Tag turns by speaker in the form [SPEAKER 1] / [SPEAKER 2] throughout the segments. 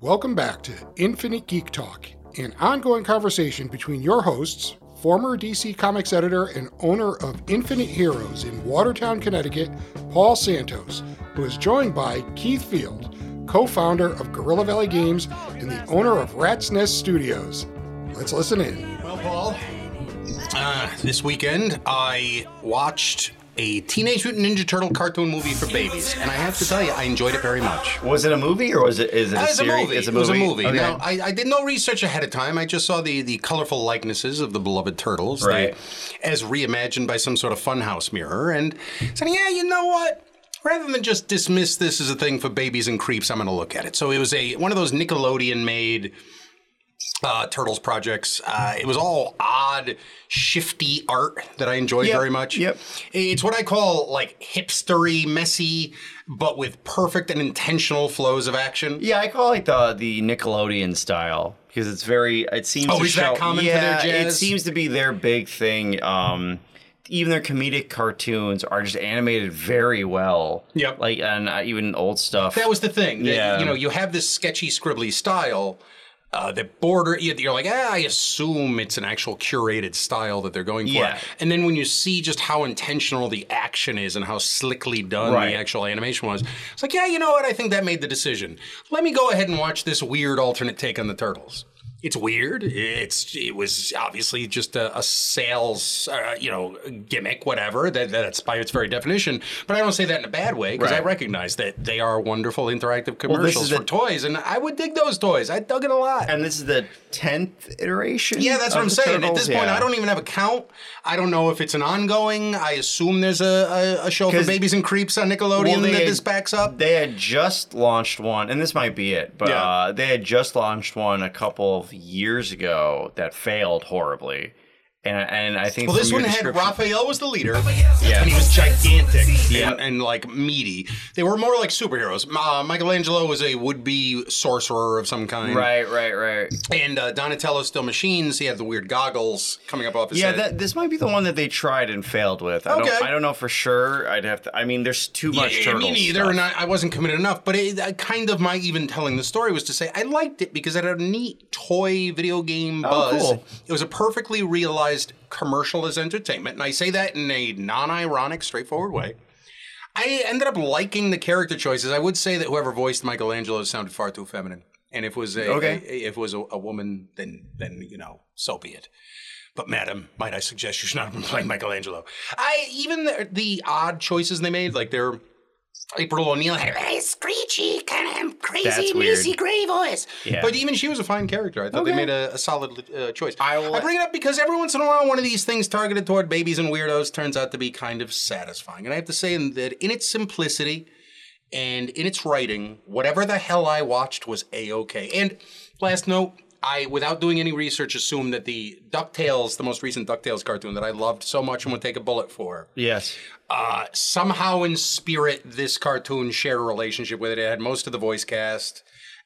[SPEAKER 1] Welcome back to Infinite Geek Talk, an ongoing conversation between your hosts, former DC Comics editor and owner of Infinite Heroes in Watertown, Connecticut, Paul Santos, who is joined by Keith Field, co founder of Gorilla Valley Games and the owner of Rat's Nest Studios. Let's listen in.
[SPEAKER 2] Well, Paul, uh, this weekend I watched a Teenage Mutant Ninja Turtle cartoon movie for babies, and I have to tell you, I enjoyed it very much.
[SPEAKER 3] Was it a movie or was it is it a
[SPEAKER 2] It's a
[SPEAKER 3] series?
[SPEAKER 2] movie.
[SPEAKER 3] It's a
[SPEAKER 2] It was
[SPEAKER 3] movie.
[SPEAKER 2] a movie.
[SPEAKER 3] Okay.
[SPEAKER 2] Now, I, I did no research ahead of time. I just saw the, the colorful likenesses of the beloved turtles, they-
[SPEAKER 3] Right.
[SPEAKER 2] as reimagined by some sort of funhouse mirror, and said, "Yeah, you know what." Rather than just dismiss this as a thing for babies and creeps, I'm going to look at it. So it was a one of those Nickelodeon-made uh, Turtles projects. Uh, it was all odd, shifty art that I enjoyed
[SPEAKER 3] Yep,
[SPEAKER 2] very much.
[SPEAKER 3] yep.
[SPEAKER 2] It's what I call like hipstery, messy, but with perfect and intentional flows of action.
[SPEAKER 3] yeah, I call it the the Nickelodeon style because it's very. It seems.
[SPEAKER 2] Oh,
[SPEAKER 3] to
[SPEAKER 2] is that
[SPEAKER 3] show-
[SPEAKER 2] common for their
[SPEAKER 3] yeah, it
[SPEAKER 2] jazz?
[SPEAKER 3] seems to be their big thing. Um, even their comedic cartoons are just animated very well.
[SPEAKER 2] Yep.
[SPEAKER 3] Like and uh, even old stuff.
[SPEAKER 2] That was the thing. that,
[SPEAKER 3] Yeah.
[SPEAKER 2] You know, you have this sketchy, scribbly style uh, that border. you- You're like, ah, I assume it's an actual curated style that they're going for.
[SPEAKER 3] Yeah.
[SPEAKER 2] And then when you see just how intentional the action is and how slickly done
[SPEAKER 3] Right.
[SPEAKER 2] the actual animation was, it's like, yeah, you know what? I think that made the decision. Let me go ahead and watch this weird alternate take on the turtles. It's weird. It's it was obviously just a, a sales, uh, you know, gimmick, whatever. That that's by its very definition. But I don't say that in a bad way because I
[SPEAKER 3] Right.
[SPEAKER 2] recognize that they are wonderful interactive
[SPEAKER 3] this
[SPEAKER 2] commercials
[SPEAKER 3] is
[SPEAKER 2] for
[SPEAKER 3] the-
[SPEAKER 2] toys, and I would dig those toys. I dug it a lot.
[SPEAKER 3] and this is the tenth iteration.
[SPEAKER 2] yeah, that's what
[SPEAKER 3] of
[SPEAKER 2] I'm
[SPEAKER 3] the
[SPEAKER 2] saying. At
[SPEAKER 3] Turtles?
[SPEAKER 2] this point,
[SPEAKER 3] Yeah.
[SPEAKER 2] I don't even have a count. I don't know if it's an ongoing. I assume there's a, a, a show for
[SPEAKER 3] 'Cause-
[SPEAKER 2] babies and creeps on Nickelodeon
[SPEAKER 3] Well, they
[SPEAKER 2] that
[SPEAKER 3] had-
[SPEAKER 2] this backs up.
[SPEAKER 3] They had just launched one, and this might be it, but
[SPEAKER 2] Yeah.
[SPEAKER 3] uh, they had just launched one a couple of years ago that failed horribly. And, and I think
[SPEAKER 2] Well, this one
[SPEAKER 3] from your
[SPEAKER 2] had
[SPEAKER 3] description-
[SPEAKER 2] Raphael was the leader,
[SPEAKER 3] Yeah.
[SPEAKER 2] and he was gigantic
[SPEAKER 3] Yeah.
[SPEAKER 2] and, and like meaty. They were more like superheroes. Uh, Michelangelo was a would-be sorcerer of some kind,
[SPEAKER 3] Right, right, right.
[SPEAKER 2] And uh, Donatello still machines. He had the weird goggles coming up off his
[SPEAKER 3] Yeah,
[SPEAKER 2] head.
[SPEAKER 3] that, this might be the one that they tried and failed with. I
[SPEAKER 2] Okay.
[SPEAKER 3] don't I don't know for sure. I'd have to I mean there's too much
[SPEAKER 2] yeah,
[SPEAKER 3] turtle
[SPEAKER 2] me neither,
[SPEAKER 3] stuff.
[SPEAKER 2] and I, I wasn't committed enough. But it, I, kind of my even telling the story was to say I liked it because it had a neat toy video game buzz.
[SPEAKER 3] Oh, cool.
[SPEAKER 2] It was a perfectly realized commercial as entertainment, and I say that in a non-ironic, straightforward way. I ended up liking the character choices. I would say that whoever voiced Michelangelo sounded far too feminine, and if it was a,
[SPEAKER 3] Okay.
[SPEAKER 2] a- if it was a, a woman, then then you know, so be it. But madam, might I suggest you should not have been playing Michelangelo? I even the, the odd choices they made, like their April O'Neil had a very screechy kind of crazy,
[SPEAKER 3] That's weird.
[SPEAKER 2] messy, gray voice.
[SPEAKER 3] Yeah.
[SPEAKER 2] But even she was a fine character. I thought they
[SPEAKER 3] Okay.
[SPEAKER 2] made a, a solid uh, choice.
[SPEAKER 3] I will-
[SPEAKER 2] bring it up because every once in a while, one of these things targeted toward babies and weirdos turns out to be kind of satisfying. And I have to say in- that in its simplicity and in its writing, whatever the hell I watched was a okay. And last note. I, without doing any research, assumed that the DuckTales, the most recent DuckTales cartoon that I loved so much and would take a bullet for,
[SPEAKER 3] Yes.
[SPEAKER 2] uh, somehow in spirit, this cartoon shared a relationship with it. It had most of the voice cast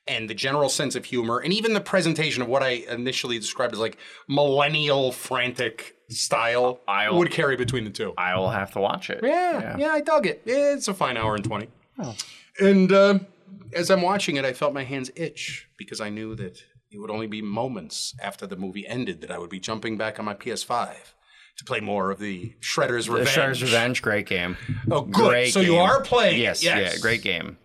[SPEAKER 2] and the general sense of humor, and even the presentation of what I initially described as like millennial frantic style
[SPEAKER 3] I'll-
[SPEAKER 2] would carry between the two.
[SPEAKER 3] I will have to watch it.
[SPEAKER 2] yeah, yeah, I dug it. It's a fine hour and 20.
[SPEAKER 3] Oh.
[SPEAKER 2] And uh, as I'm watching it, I felt my hands itch because I knew that it would only be moments after the movie ended that I would be jumping back on my PS5 to play more of the Shredder's
[SPEAKER 3] The
[SPEAKER 2] Revenge.
[SPEAKER 3] Shredder's Revenge, great game.
[SPEAKER 2] Oh, good. so you
[SPEAKER 3] game.
[SPEAKER 2] are playing.
[SPEAKER 3] Yes,
[SPEAKER 2] it.
[SPEAKER 3] yeah, great game.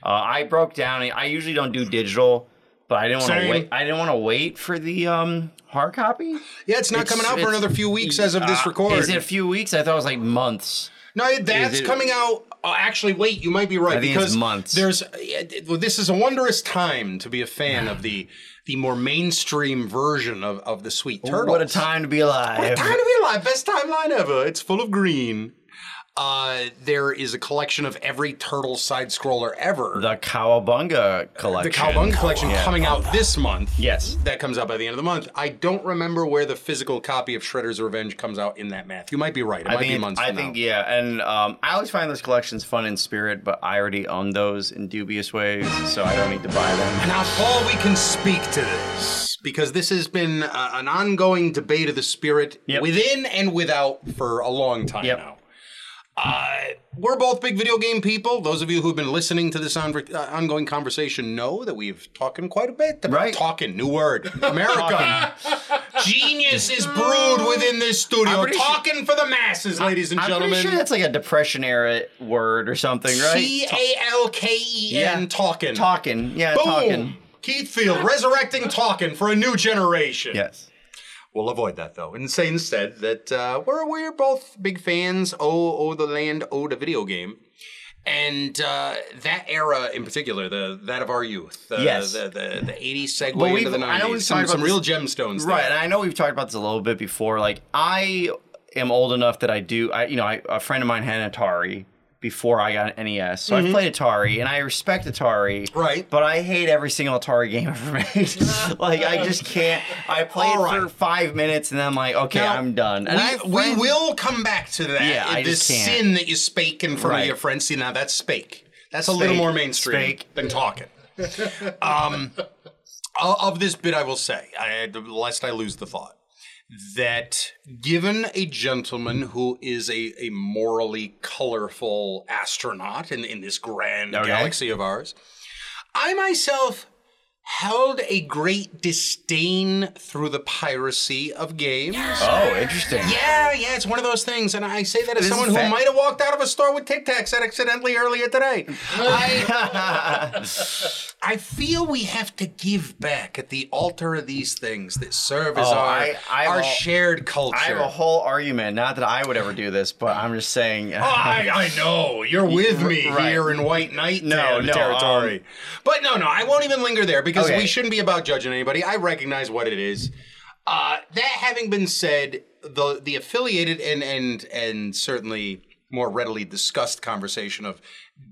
[SPEAKER 3] Uh, I broke down. I usually don't do digital, but I didn't want
[SPEAKER 2] Same.
[SPEAKER 3] to wait. I didn't want to wait for the um, hard copy.
[SPEAKER 2] Yeah, it's not coming out for
[SPEAKER 3] it's-
[SPEAKER 2] another few weeks as of this
[SPEAKER 3] Uh,
[SPEAKER 2] record.
[SPEAKER 3] Is it a few weeks? I thought it was like months.
[SPEAKER 2] no, that's
[SPEAKER 3] is it-
[SPEAKER 2] coming out. Oh, actually, wait, you might be right
[SPEAKER 3] I think it's
[SPEAKER 2] because
[SPEAKER 3] months.
[SPEAKER 2] there's. yeah, it- Well, this is a wondrous time to be a fan of the the more mainstream version of, of the Sweet Turtles.
[SPEAKER 3] What a time to be alive!
[SPEAKER 2] What a time to be alive! Best timeline ever. It's full of green. Uh, there is a collection of every turtle side scroller ever.
[SPEAKER 3] The Cowabunga collection.
[SPEAKER 2] the Cowabunga collection
[SPEAKER 3] Yeah.
[SPEAKER 2] coming out this month.
[SPEAKER 3] Yes.
[SPEAKER 2] That comes out by the end of the month. I don't remember where the physical copy of Shredder's Revenge comes out in that math. You might be right. It
[SPEAKER 3] I
[SPEAKER 2] might
[SPEAKER 3] think,
[SPEAKER 2] be
[SPEAKER 3] it-
[SPEAKER 2] months
[SPEAKER 3] I
[SPEAKER 2] from
[SPEAKER 3] think
[SPEAKER 2] now.
[SPEAKER 3] yeah, and um, I always find those collections fun in spirit, but I already own those in dubious ways, so I don't need to buy them.
[SPEAKER 2] Now, Paul, we can speak to this because this has been uh, an ongoing debate of the spirit
[SPEAKER 3] Yep.
[SPEAKER 2] within and without for a long time
[SPEAKER 3] Yep.
[SPEAKER 2] now. Uh, We're both big video game people. Those of you who've been listening to this on, uh, ongoing conversation know that we've talking quite a bit. About
[SPEAKER 3] Right.
[SPEAKER 2] Talking, new word. America. Genius is brewed within this studio.
[SPEAKER 3] pretty sure-
[SPEAKER 2] Talking for the masses, ladies and
[SPEAKER 3] I'm
[SPEAKER 2] gentlemen.
[SPEAKER 3] pretty sure that's like a Depression era word or something, right?
[SPEAKER 2] C A L K E
[SPEAKER 3] Yeah.
[SPEAKER 2] N talking.
[SPEAKER 3] talking, yeah,
[SPEAKER 2] Boom.
[SPEAKER 3] talking.
[SPEAKER 2] Keith Field resurrecting talking for a new generation.
[SPEAKER 3] Yes.
[SPEAKER 2] We'll avoid that though, and say instead that uh, we're we're both big fans. Oh, oh, the land, oh, the video game, and uh, that era in particular, the that of our youth, the,
[SPEAKER 3] Yes.
[SPEAKER 2] the the the '80s segue
[SPEAKER 3] Well,
[SPEAKER 2] into
[SPEAKER 3] we've-
[SPEAKER 2] the
[SPEAKER 3] I know
[SPEAKER 2] '90s,
[SPEAKER 3] we've
[SPEAKER 2] some,
[SPEAKER 3] talked
[SPEAKER 2] some
[SPEAKER 3] about
[SPEAKER 2] real
[SPEAKER 3] this-
[SPEAKER 2] gemstones,
[SPEAKER 3] Right, and
[SPEAKER 2] There.
[SPEAKER 3] I know we've talked about this a little bit before. Like I am old enough that I do. I you know I, a friend of mine had an Atari before I got an NES, so I've played Atari and I respect Atari.
[SPEAKER 2] Mm-hmm. Right.
[SPEAKER 3] but I hate every single Atari game ever made. like I just can't. I play it
[SPEAKER 2] All
[SPEAKER 3] for
[SPEAKER 2] right.
[SPEAKER 3] five minutes and then I'm like, okay,
[SPEAKER 2] Now,
[SPEAKER 3] I'm done. And I have
[SPEAKER 2] we, we
[SPEAKER 3] friends-
[SPEAKER 2] will come back to that.
[SPEAKER 3] Yeah, I
[SPEAKER 2] this
[SPEAKER 3] just can't.
[SPEAKER 2] sin that you spake in front of
[SPEAKER 3] Right.
[SPEAKER 2] your friends. See, now that's spake. That's a little
[SPEAKER 3] Spake.
[SPEAKER 2] more mainstream
[SPEAKER 3] Spake.
[SPEAKER 2] than talking. um, o- of this bit, I will say, I, lest I lose the thought, that given a gentleman who is a, a morally colorful astronaut in, in this grand
[SPEAKER 3] Okay.
[SPEAKER 2] galaxy of ours, I myself held a great disdain through the piracy of games.
[SPEAKER 3] Oh, interesting.
[SPEAKER 2] Yeah, yeah, it's one of those things, and I say that as
[SPEAKER 3] This is
[SPEAKER 2] someone who
[SPEAKER 3] fact.
[SPEAKER 2] might have walked out of a store with Tic Tacs accidentally earlier today. I, I feel we have to give back at the altar of these things that serve as
[SPEAKER 3] Oh,
[SPEAKER 2] our
[SPEAKER 3] I- I have
[SPEAKER 2] our
[SPEAKER 3] a-
[SPEAKER 2] shared culture.
[SPEAKER 3] I have a whole argument. Not that I would ever do this, but I'm just saying.
[SPEAKER 2] I, I know you're with me
[SPEAKER 3] Right.
[SPEAKER 2] here in White Knight
[SPEAKER 3] No,
[SPEAKER 2] ter-
[SPEAKER 3] no,
[SPEAKER 2] territory,
[SPEAKER 3] um,
[SPEAKER 2] but no, no, I won't even linger there because
[SPEAKER 3] Okay.
[SPEAKER 2] we shouldn't be about judging anybody. I recognize what it is. Uh, that having been said, the the affiliated and and and certainly more readily discussed conversation of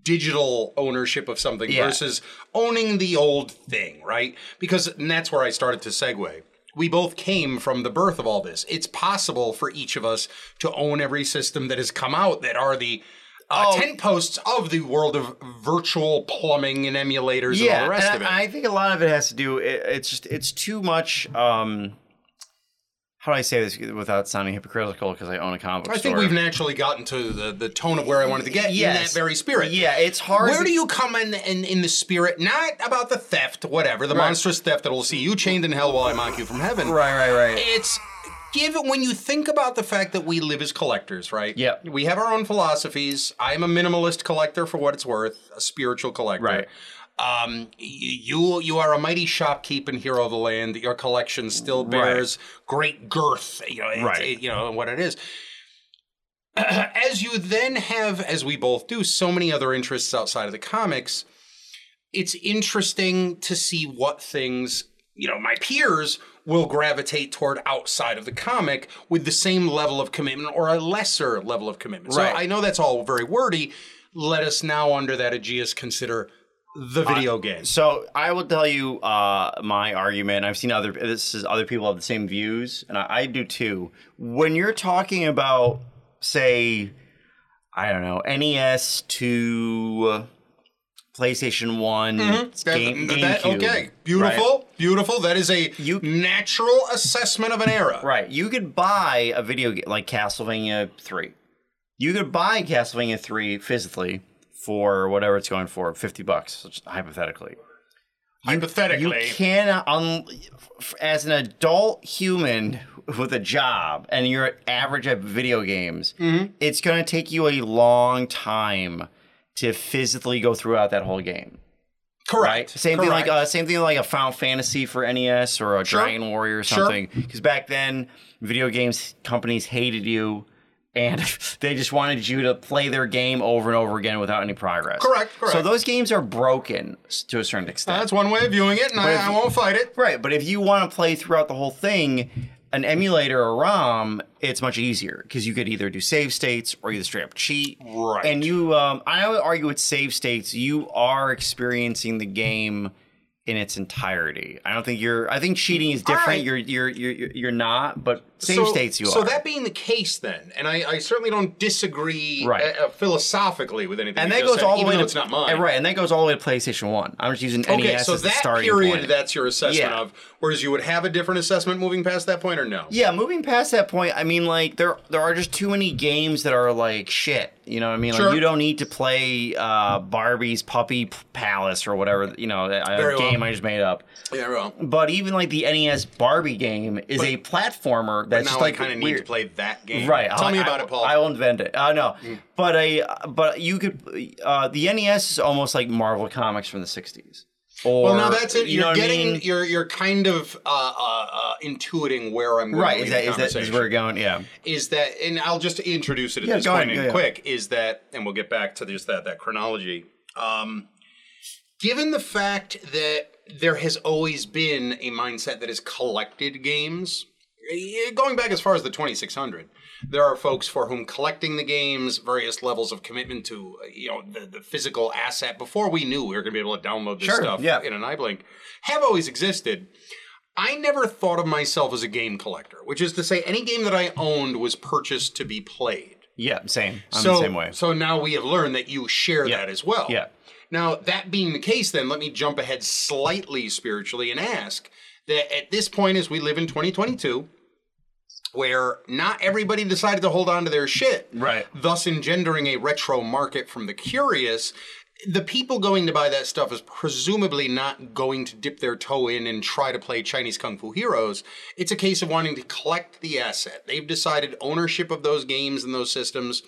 [SPEAKER 2] digital ownership of something
[SPEAKER 3] Yeah.
[SPEAKER 2] versus owning the old thing, right? Because and that's where I started to segue. We both came from the birth of all this. It's possible for each of us to own every system that has come out that are the uh,
[SPEAKER 3] Oh.
[SPEAKER 2] tent posts of the world of virtual plumbing and emulators and all the rest
[SPEAKER 3] and
[SPEAKER 2] of it.
[SPEAKER 3] I, I think a lot of it has to do. It, it's just it's too much. Um, how do I say this without sounding hypocritical? Because I own a comic book
[SPEAKER 2] I
[SPEAKER 3] store.
[SPEAKER 2] think we've naturally gotten to the, the tone of where I wanted to get in that
[SPEAKER 3] Yes.
[SPEAKER 2] very spirit.
[SPEAKER 3] Yeah, it's hard.
[SPEAKER 2] Where
[SPEAKER 3] to-
[SPEAKER 2] do you come in, in in the spirit? Not about the theft, whatever, the monstrous theft that'll see you chained in hell while I mock you from heaven.
[SPEAKER 3] Right, right, right.
[SPEAKER 2] It's given when you think about the fact that we live as collectors, right?
[SPEAKER 3] Yep.
[SPEAKER 2] We have our own philosophies. I'm a minimalist collector for what it's worth, a spiritual collector.
[SPEAKER 3] Right.
[SPEAKER 2] Um, y- you you are a mighty shopkeep and hero of the land. Your collection still bears great girth. You know, it's-
[SPEAKER 3] Right.
[SPEAKER 2] it- you know what it is. as you then have, as we both do, so many other interests outside of the comics, it's interesting to see what things, you know, my peers will gravitate toward outside of the comic with the same level of commitment or a lesser level of commitment.
[SPEAKER 3] Right.
[SPEAKER 2] So I know that's all very wordy. Let us now, under that aegis, consider the video game.
[SPEAKER 3] So I will tell you uh, my argument. I've seen other. This is other people have the same views, and I, I do too. When you're talking about, say, I don't know, NES to PlayStation One,
[SPEAKER 2] Mm-hmm. That-
[SPEAKER 3] game,
[SPEAKER 2] that-
[SPEAKER 3] GameCube,
[SPEAKER 2] okay,
[SPEAKER 3] right?
[SPEAKER 2] beautiful, beautiful. That is a
[SPEAKER 3] You-
[SPEAKER 2] natural assessment of an era.
[SPEAKER 3] Right. You could buy a video game like Castlevania 3. You could buy Castlevania 3 physically for whatever it's going for, 50 bucks, just hypothetically. You
[SPEAKER 2] Hypothetically,
[SPEAKER 3] can, un- f- as an adult human with a job and you're average at video games, it's going to take you a long time to physically go throughout that whole game.
[SPEAKER 2] correct.
[SPEAKER 3] Same thing like
[SPEAKER 2] correct.
[SPEAKER 3] uh, same thing like a Final Fantasy for NES or a Dragon Warrior or
[SPEAKER 2] Sure.
[SPEAKER 3] something. Because back then, video games companies hated you, and they just wanted you to play their game over and over again without any progress.
[SPEAKER 2] Correct,
[SPEAKER 3] So
[SPEAKER 2] correct.
[SPEAKER 3] those games are broken s- to a certain extent.
[SPEAKER 2] That's one way of viewing it, and
[SPEAKER 3] if-
[SPEAKER 2] I, I won't fight it.
[SPEAKER 3] right. But if you want to play throughout the whole thing. An emulator or ROM, it's much easier because you could either do save states or you straight up cheat.
[SPEAKER 2] Right.
[SPEAKER 3] And you, um, I would argue with save states, you are experiencing the game in its entirety. I don't think you're. I think cheating is different.
[SPEAKER 2] right.
[SPEAKER 3] You're, you're you're you're not, but same states you
[SPEAKER 2] so
[SPEAKER 3] are.
[SPEAKER 2] that being the case, then, and I, I certainly don't disagree
[SPEAKER 3] Right.
[SPEAKER 2] uh, uh, philosophically with anything.
[SPEAKER 3] and
[SPEAKER 2] you
[SPEAKER 3] that
[SPEAKER 2] just
[SPEAKER 3] goes
[SPEAKER 2] said,
[SPEAKER 3] all the
[SPEAKER 2] even
[SPEAKER 3] way
[SPEAKER 2] though
[SPEAKER 3] to
[SPEAKER 2] it's not mine.
[SPEAKER 3] and Right, and that goes all the way to PlayStation One. I'm just using
[SPEAKER 2] Okay,
[SPEAKER 3] NES
[SPEAKER 2] so
[SPEAKER 3] as the
[SPEAKER 2] that
[SPEAKER 3] starting
[SPEAKER 2] period,
[SPEAKER 3] point.
[SPEAKER 2] that's your assessment
[SPEAKER 3] Yeah.
[SPEAKER 2] of. Whereas you would have a different assessment moving past that point, or no?
[SPEAKER 3] Yeah, moving past that point, I mean, like there there are just too many games that are like shit. You know what I mean? Like
[SPEAKER 2] Sure.
[SPEAKER 3] you don't need to play uh, Barbie's Puppy P- Palace or whatever. You know, a
[SPEAKER 2] Very
[SPEAKER 3] a
[SPEAKER 2] well.
[SPEAKER 3] game I just made up.
[SPEAKER 2] Yeah, well,
[SPEAKER 3] But even like the NES Barbie game is a platformer that's
[SPEAKER 2] now
[SPEAKER 3] just like
[SPEAKER 2] I kind of need
[SPEAKER 3] weird.
[SPEAKER 2] to play that game.
[SPEAKER 3] Right.
[SPEAKER 2] Tell
[SPEAKER 3] I-
[SPEAKER 2] me
[SPEAKER 3] I-
[SPEAKER 2] about it, Paul. Mm.
[SPEAKER 3] I will invent it. Uh, no, but I but you could uh, the NES is almost like Marvel comics from the '60s. Or,
[SPEAKER 2] well, now that's it.
[SPEAKER 3] You
[SPEAKER 2] You're
[SPEAKER 3] know what I
[SPEAKER 2] getting.
[SPEAKER 3] mean?
[SPEAKER 2] You're you're kind of uh, uh, uh, intuiting where I'm going.
[SPEAKER 3] right.
[SPEAKER 2] with
[SPEAKER 3] Is
[SPEAKER 2] the
[SPEAKER 3] that is that is
[SPEAKER 2] conversation.
[SPEAKER 3] where we're going? Yeah.
[SPEAKER 2] is that, and I'll just introduce it at
[SPEAKER 3] Yeah,
[SPEAKER 2] this
[SPEAKER 3] go
[SPEAKER 2] point
[SPEAKER 3] ahead,
[SPEAKER 2] and
[SPEAKER 3] yeah, yeah.
[SPEAKER 2] quick, is that, and we'll get back to just that, that chronology. Um, given the fact that there has always been a mindset that has collected games, eh, going back as far as the 2600, there are folks for whom collecting the games, various levels of commitment to, eh, you know, the, the physical asset, before we knew we were going to be able to download this
[SPEAKER 3] Sure,
[SPEAKER 2] stuff
[SPEAKER 3] yeah.
[SPEAKER 2] in an eye blink, have always existed. I never thought of myself as a game collector, which is to say, any game that I owned was purchased to be played.
[SPEAKER 3] Yeah. Same. I'm
[SPEAKER 2] so,
[SPEAKER 3] the same way.
[SPEAKER 2] so now we have learned that you share that as well.
[SPEAKER 3] Yeah.
[SPEAKER 2] Now, that being the case, then let me jump ahead slightly spiritually and ask that at this point, as we live in 2022, where not everybody decided to hold on to their shit,
[SPEAKER 3] Right.
[SPEAKER 2] thus engendering a retro market from the curious. The people going to buy that stuff is presumably not going to dip their toe in and try to play Chinese Kung Fu Heroes. It's a case of wanting to collect the asset. They've decided ownership of those games and those systems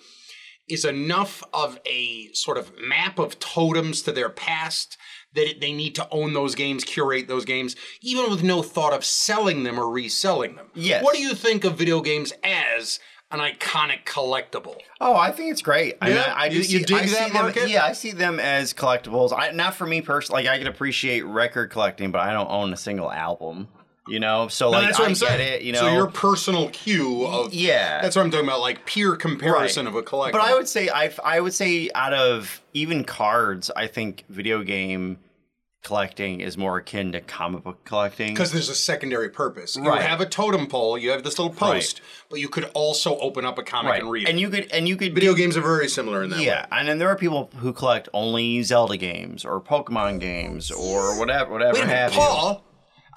[SPEAKER 2] is enough of a sort of map of totems to their past that it, they need to own those games, curate those games, even with no thought of selling them or reselling them.
[SPEAKER 3] Yes.
[SPEAKER 2] What do you think of video games as an iconic collectible?
[SPEAKER 3] Oh, I think it's great. I mean,
[SPEAKER 2] Yeah?
[SPEAKER 3] I, I
[SPEAKER 2] You-
[SPEAKER 3] just
[SPEAKER 2] you
[SPEAKER 3] see-
[SPEAKER 2] dig
[SPEAKER 3] I see
[SPEAKER 2] that
[SPEAKER 3] them-
[SPEAKER 2] market?
[SPEAKER 3] Yeah, I see them as collectibles. I, not for me personally. Like I can appreciate record collecting, but I don't own a single album. You know, so like
[SPEAKER 2] that's what
[SPEAKER 3] I
[SPEAKER 2] am
[SPEAKER 3] get
[SPEAKER 2] saying.
[SPEAKER 3] it. You know,
[SPEAKER 2] so your personal cue of
[SPEAKER 3] yeah.
[SPEAKER 2] That's what I'm talking about, like peer comparison of a collectible.
[SPEAKER 3] But I would say I I would say out of even cards, I think video game collecting is more akin to comic book collecting.
[SPEAKER 2] because there's a secondary purpose.
[SPEAKER 3] Right.
[SPEAKER 2] You have a totem pole, you have this little
[SPEAKER 3] Right.
[SPEAKER 2] post, but you could also open up a comic
[SPEAKER 3] right,
[SPEAKER 2] and read. it.
[SPEAKER 3] and you could and you could
[SPEAKER 2] video games are very similar in that way.
[SPEAKER 3] yeah, and then there are people who collect only Zelda games or Pokemon games or whatever whatever
[SPEAKER 2] Wait a minute,
[SPEAKER 3] have you.
[SPEAKER 2] Paul.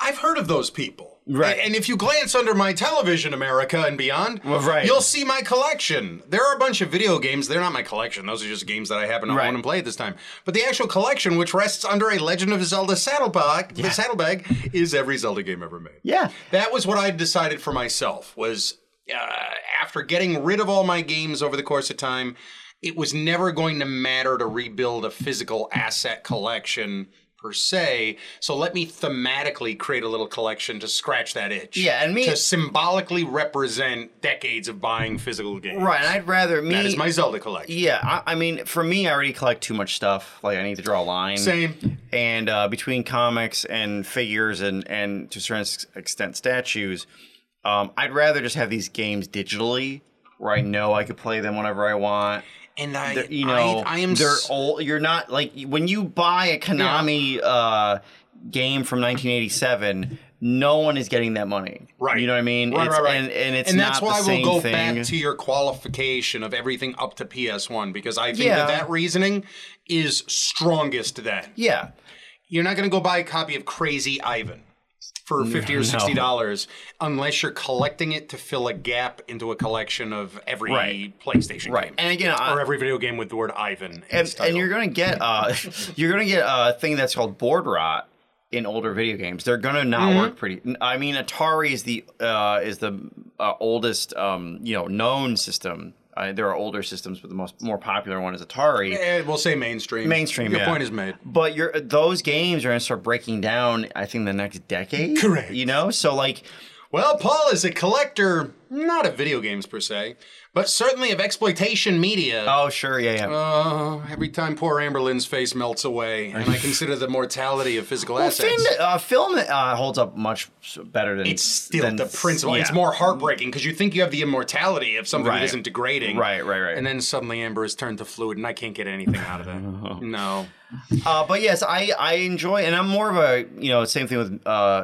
[SPEAKER 2] I've heard of those people.
[SPEAKER 3] Right.
[SPEAKER 2] A- And if you glance under my television, America and beyond,
[SPEAKER 3] Well, right.
[SPEAKER 2] you'll see my collection. There are a bunch of video games. They're not my collection. Those are just games that I happen to
[SPEAKER 3] Right.
[SPEAKER 2] own and play at this time. But the actual collection, which rests under a Legend of Zelda saddlebag, saddlebag is every Zelda game ever made.
[SPEAKER 3] Yeah.
[SPEAKER 2] That was what I decided for myself. Was uh, after getting rid of all my games over the course of time, it was never going to matter to rebuild a physical asset collection per se. So let me thematically create a little collection to scratch that itch.
[SPEAKER 3] Yeah, and me-
[SPEAKER 2] to symbolically represent decades of buying physical games.
[SPEAKER 3] Right, and I'd rather me.
[SPEAKER 2] That is my Zelda collection.
[SPEAKER 3] yeah, I, I mean, for me, I already collect too much stuff. Like, I need to draw a line.
[SPEAKER 2] Same.
[SPEAKER 3] And uh, between comics and figures and and to a certain s- extent statues, um, I'd rather just have these games digitally, where I know I could play them whenever I want.
[SPEAKER 2] And I,
[SPEAKER 3] They're- you know,
[SPEAKER 2] I, I am.
[SPEAKER 3] they're
[SPEAKER 2] s-
[SPEAKER 3] old. You're not like when you buy a Konami uh, game from 1987. No one is getting that money,
[SPEAKER 2] Right.
[SPEAKER 3] You know what I mean?
[SPEAKER 2] Right,
[SPEAKER 3] It's-
[SPEAKER 2] right, right.
[SPEAKER 3] And, and it's
[SPEAKER 2] and that's
[SPEAKER 3] not
[SPEAKER 2] why
[SPEAKER 3] the same
[SPEAKER 2] we'll go
[SPEAKER 3] thing.
[SPEAKER 2] back to your qualification of everything up to PS1 because I think
[SPEAKER 3] Yeah.
[SPEAKER 2] that that reasoning is strongest then.
[SPEAKER 3] yeah,
[SPEAKER 2] You're not going to go buy a copy of Crazy Ivan for 50 or 60 dollars unless you're collecting it to fill a gap into a collection of every
[SPEAKER 3] Right.
[SPEAKER 2] PlayStation
[SPEAKER 3] right.
[SPEAKER 2] game
[SPEAKER 3] And again, I,
[SPEAKER 2] or every video game with the word Ivan in its
[SPEAKER 3] and,
[SPEAKER 2] title.
[SPEAKER 3] and you're gonna get uh, you're gonna get a thing that's called board rot in older video games. They're gonna not
[SPEAKER 2] Mm-hmm.
[SPEAKER 3] work pretty. I mean, Atari is the uh, is the uh, oldest um, you know known system. Uh, there are older systems, but the most more popular one is Atari.
[SPEAKER 2] Eh, we'll say mainstream.
[SPEAKER 3] Mainstream,
[SPEAKER 2] Your
[SPEAKER 3] yeah.
[SPEAKER 2] point is made.
[SPEAKER 3] But your those games are gonna start breaking down. I think the next decade.
[SPEAKER 2] Correct.
[SPEAKER 3] You know, so like
[SPEAKER 2] Well, Paul is a collector, not of video games per se, but certainly of exploitation media.
[SPEAKER 3] Oh, sure, yeah, yeah.
[SPEAKER 2] Uh, every time poor Amber Lynn's face melts away, and I consider the mortality of physical
[SPEAKER 3] Well,
[SPEAKER 2] assets.
[SPEAKER 3] fin- uh, film uh, holds up much s- better than
[SPEAKER 2] it's still
[SPEAKER 3] than-
[SPEAKER 2] the principle. It's
[SPEAKER 3] yeah.
[SPEAKER 2] more heartbreaking because you think you have the immortality of something
[SPEAKER 3] Right.
[SPEAKER 2] that isn't degrading.
[SPEAKER 3] Right, right, right.
[SPEAKER 2] And then suddenly Amber is turned to fluid, and I can't get anything out of that. no.
[SPEAKER 3] Uh, but yes, I I enjoy, and I'm more of a you know same thing with uh,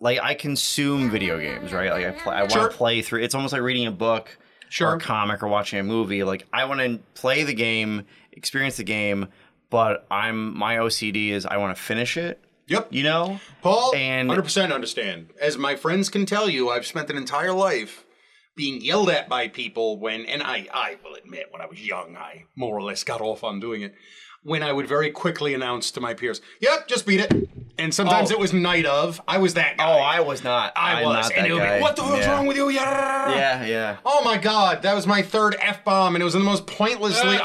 [SPEAKER 3] like I consume video games, right? Like I play, I
[SPEAKER 2] Sure.
[SPEAKER 3] want to play through. It's almost like reading a book,
[SPEAKER 2] Sure.
[SPEAKER 3] or a comic, or watching a movie. Like I want to play the game, experience the game, but I'm my OCD is I want to finish it.
[SPEAKER 2] Yep.
[SPEAKER 3] You know,
[SPEAKER 2] Paul,
[SPEAKER 3] And-
[SPEAKER 2] 100% understand. As my friends can tell you, I've spent an entire life being yelled at by people when, and I, I will admit, when I was young, I more or less got off on doing it. When I would very quickly announce to my peers, "Yep, just beat it," and sometimes
[SPEAKER 3] Oh.
[SPEAKER 2] it was night of. I was that guy.
[SPEAKER 3] Oh, I was not.
[SPEAKER 2] I
[SPEAKER 3] I'm
[SPEAKER 2] was,
[SPEAKER 3] not that
[SPEAKER 2] and it would
[SPEAKER 3] guy.
[SPEAKER 2] be, "What the hell's
[SPEAKER 3] Yeah.
[SPEAKER 2] wrong with you?" Yeah.
[SPEAKER 3] Yeah, yeah.
[SPEAKER 2] Oh my God, that was my third f bomb, and it was in the most pointlessly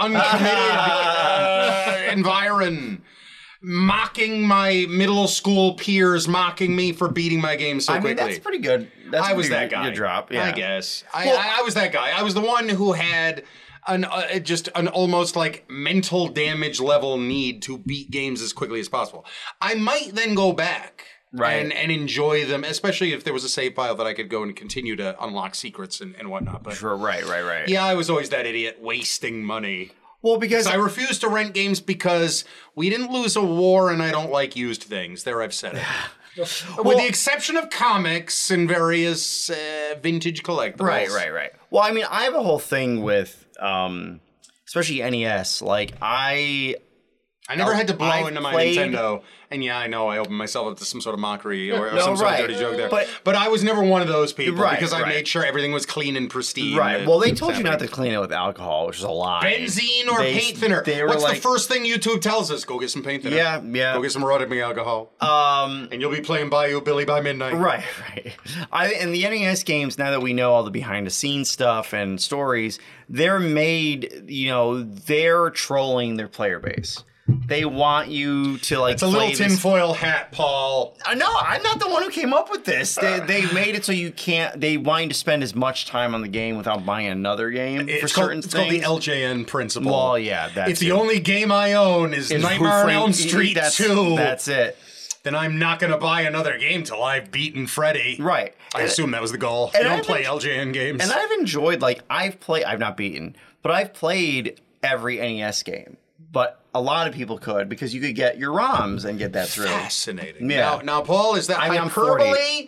[SPEAKER 2] uncommitted environ. Mocking my middle school peers, mocking me for beating my game so
[SPEAKER 3] I mean,
[SPEAKER 2] quickly.
[SPEAKER 3] that's pretty good. That's
[SPEAKER 2] I was
[SPEAKER 3] pretty
[SPEAKER 2] that
[SPEAKER 3] good-
[SPEAKER 2] guy.
[SPEAKER 3] Good drop. Yeah.
[SPEAKER 2] I guess. I, I, I was that guy. I was the one who had an uh, just an almost like mental damage level need to beat games as quickly as possible. I might then go back.
[SPEAKER 3] Right.
[SPEAKER 2] And, and enjoy them, especially if there was a save file that I could go and continue to unlock secrets and, and whatnot. But
[SPEAKER 3] Sure. Right. Right. Right.
[SPEAKER 2] yeah, I was always that idiot wasting money.
[SPEAKER 3] Well, because
[SPEAKER 2] I refuse to rent games because we didn't lose a war and I don't like used things. There, I've said it. With the exception of comics and various uh, vintage collectibles.
[SPEAKER 3] Right, right, right. Well, I mean, I have a whole thing with, um, especially NES. Like, I
[SPEAKER 2] I never had to blow
[SPEAKER 3] I've
[SPEAKER 2] into my
[SPEAKER 3] played-
[SPEAKER 2] Nintendo. And yeah, I know I opened myself up to some sort of mockery or, or
[SPEAKER 3] No,
[SPEAKER 2] some sort of
[SPEAKER 3] right.
[SPEAKER 2] dirty joke there.
[SPEAKER 3] But-
[SPEAKER 2] But, I was never one of those people
[SPEAKER 3] Right,
[SPEAKER 2] because I
[SPEAKER 3] right.
[SPEAKER 2] made sure everything was clean and pristine.
[SPEAKER 3] right.
[SPEAKER 2] and-
[SPEAKER 3] Well, they told you not to clean it with alcohol, which is a lie.
[SPEAKER 2] Benzene or
[SPEAKER 3] They-
[SPEAKER 2] paint thinner.
[SPEAKER 3] they were
[SPEAKER 2] What's
[SPEAKER 3] like-
[SPEAKER 2] the first thing YouTube tells us? Go get some paint thinner.
[SPEAKER 3] Yeah, yeah.
[SPEAKER 2] Go get some erotic alcohol.
[SPEAKER 3] Um,
[SPEAKER 2] and you'll be playing Bayou Billy by midnight.
[SPEAKER 3] Right, right. I and the NES games now that we know all the behind the scenes stuff and stories, they're made, you know, they're trolling their player base. They want you to like
[SPEAKER 2] It's a little
[SPEAKER 3] play this-
[SPEAKER 2] tinfoil hat, Paul.
[SPEAKER 3] Uh, No, I'm not the one who came up with this. They, they made it so you can't. They want you to spend as much time on the game without buying another game for
[SPEAKER 2] It's,
[SPEAKER 3] certain
[SPEAKER 2] called, it's called the
[SPEAKER 3] things.
[SPEAKER 2] LJN principle.
[SPEAKER 3] Well, yeah, that's
[SPEAKER 2] If the
[SPEAKER 3] it.
[SPEAKER 2] only game I own is,
[SPEAKER 3] Is Who
[SPEAKER 2] Nightmare on
[SPEAKER 3] Framed-
[SPEAKER 2] Elm Street
[SPEAKER 3] that's,
[SPEAKER 2] 2,
[SPEAKER 3] That's it.
[SPEAKER 2] then I'm not going to buy another game till I've beaten Freddy.
[SPEAKER 3] Right.
[SPEAKER 2] I
[SPEAKER 3] And-
[SPEAKER 2] assume that was the goal. You
[SPEAKER 3] and
[SPEAKER 2] don't
[SPEAKER 3] I've
[SPEAKER 2] play
[SPEAKER 3] been-
[SPEAKER 2] LJN games.
[SPEAKER 3] And I've enjoyed like I've played I've not beaten, but I've played every NES game. But a lot of people could because you could get your ROMs and get that through.
[SPEAKER 2] Fascinating.
[SPEAKER 3] Yeah.
[SPEAKER 2] Now, now, Paul, is that
[SPEAKER 3] I mean, I'm 40.
[SPEAKER 2] hyperbole?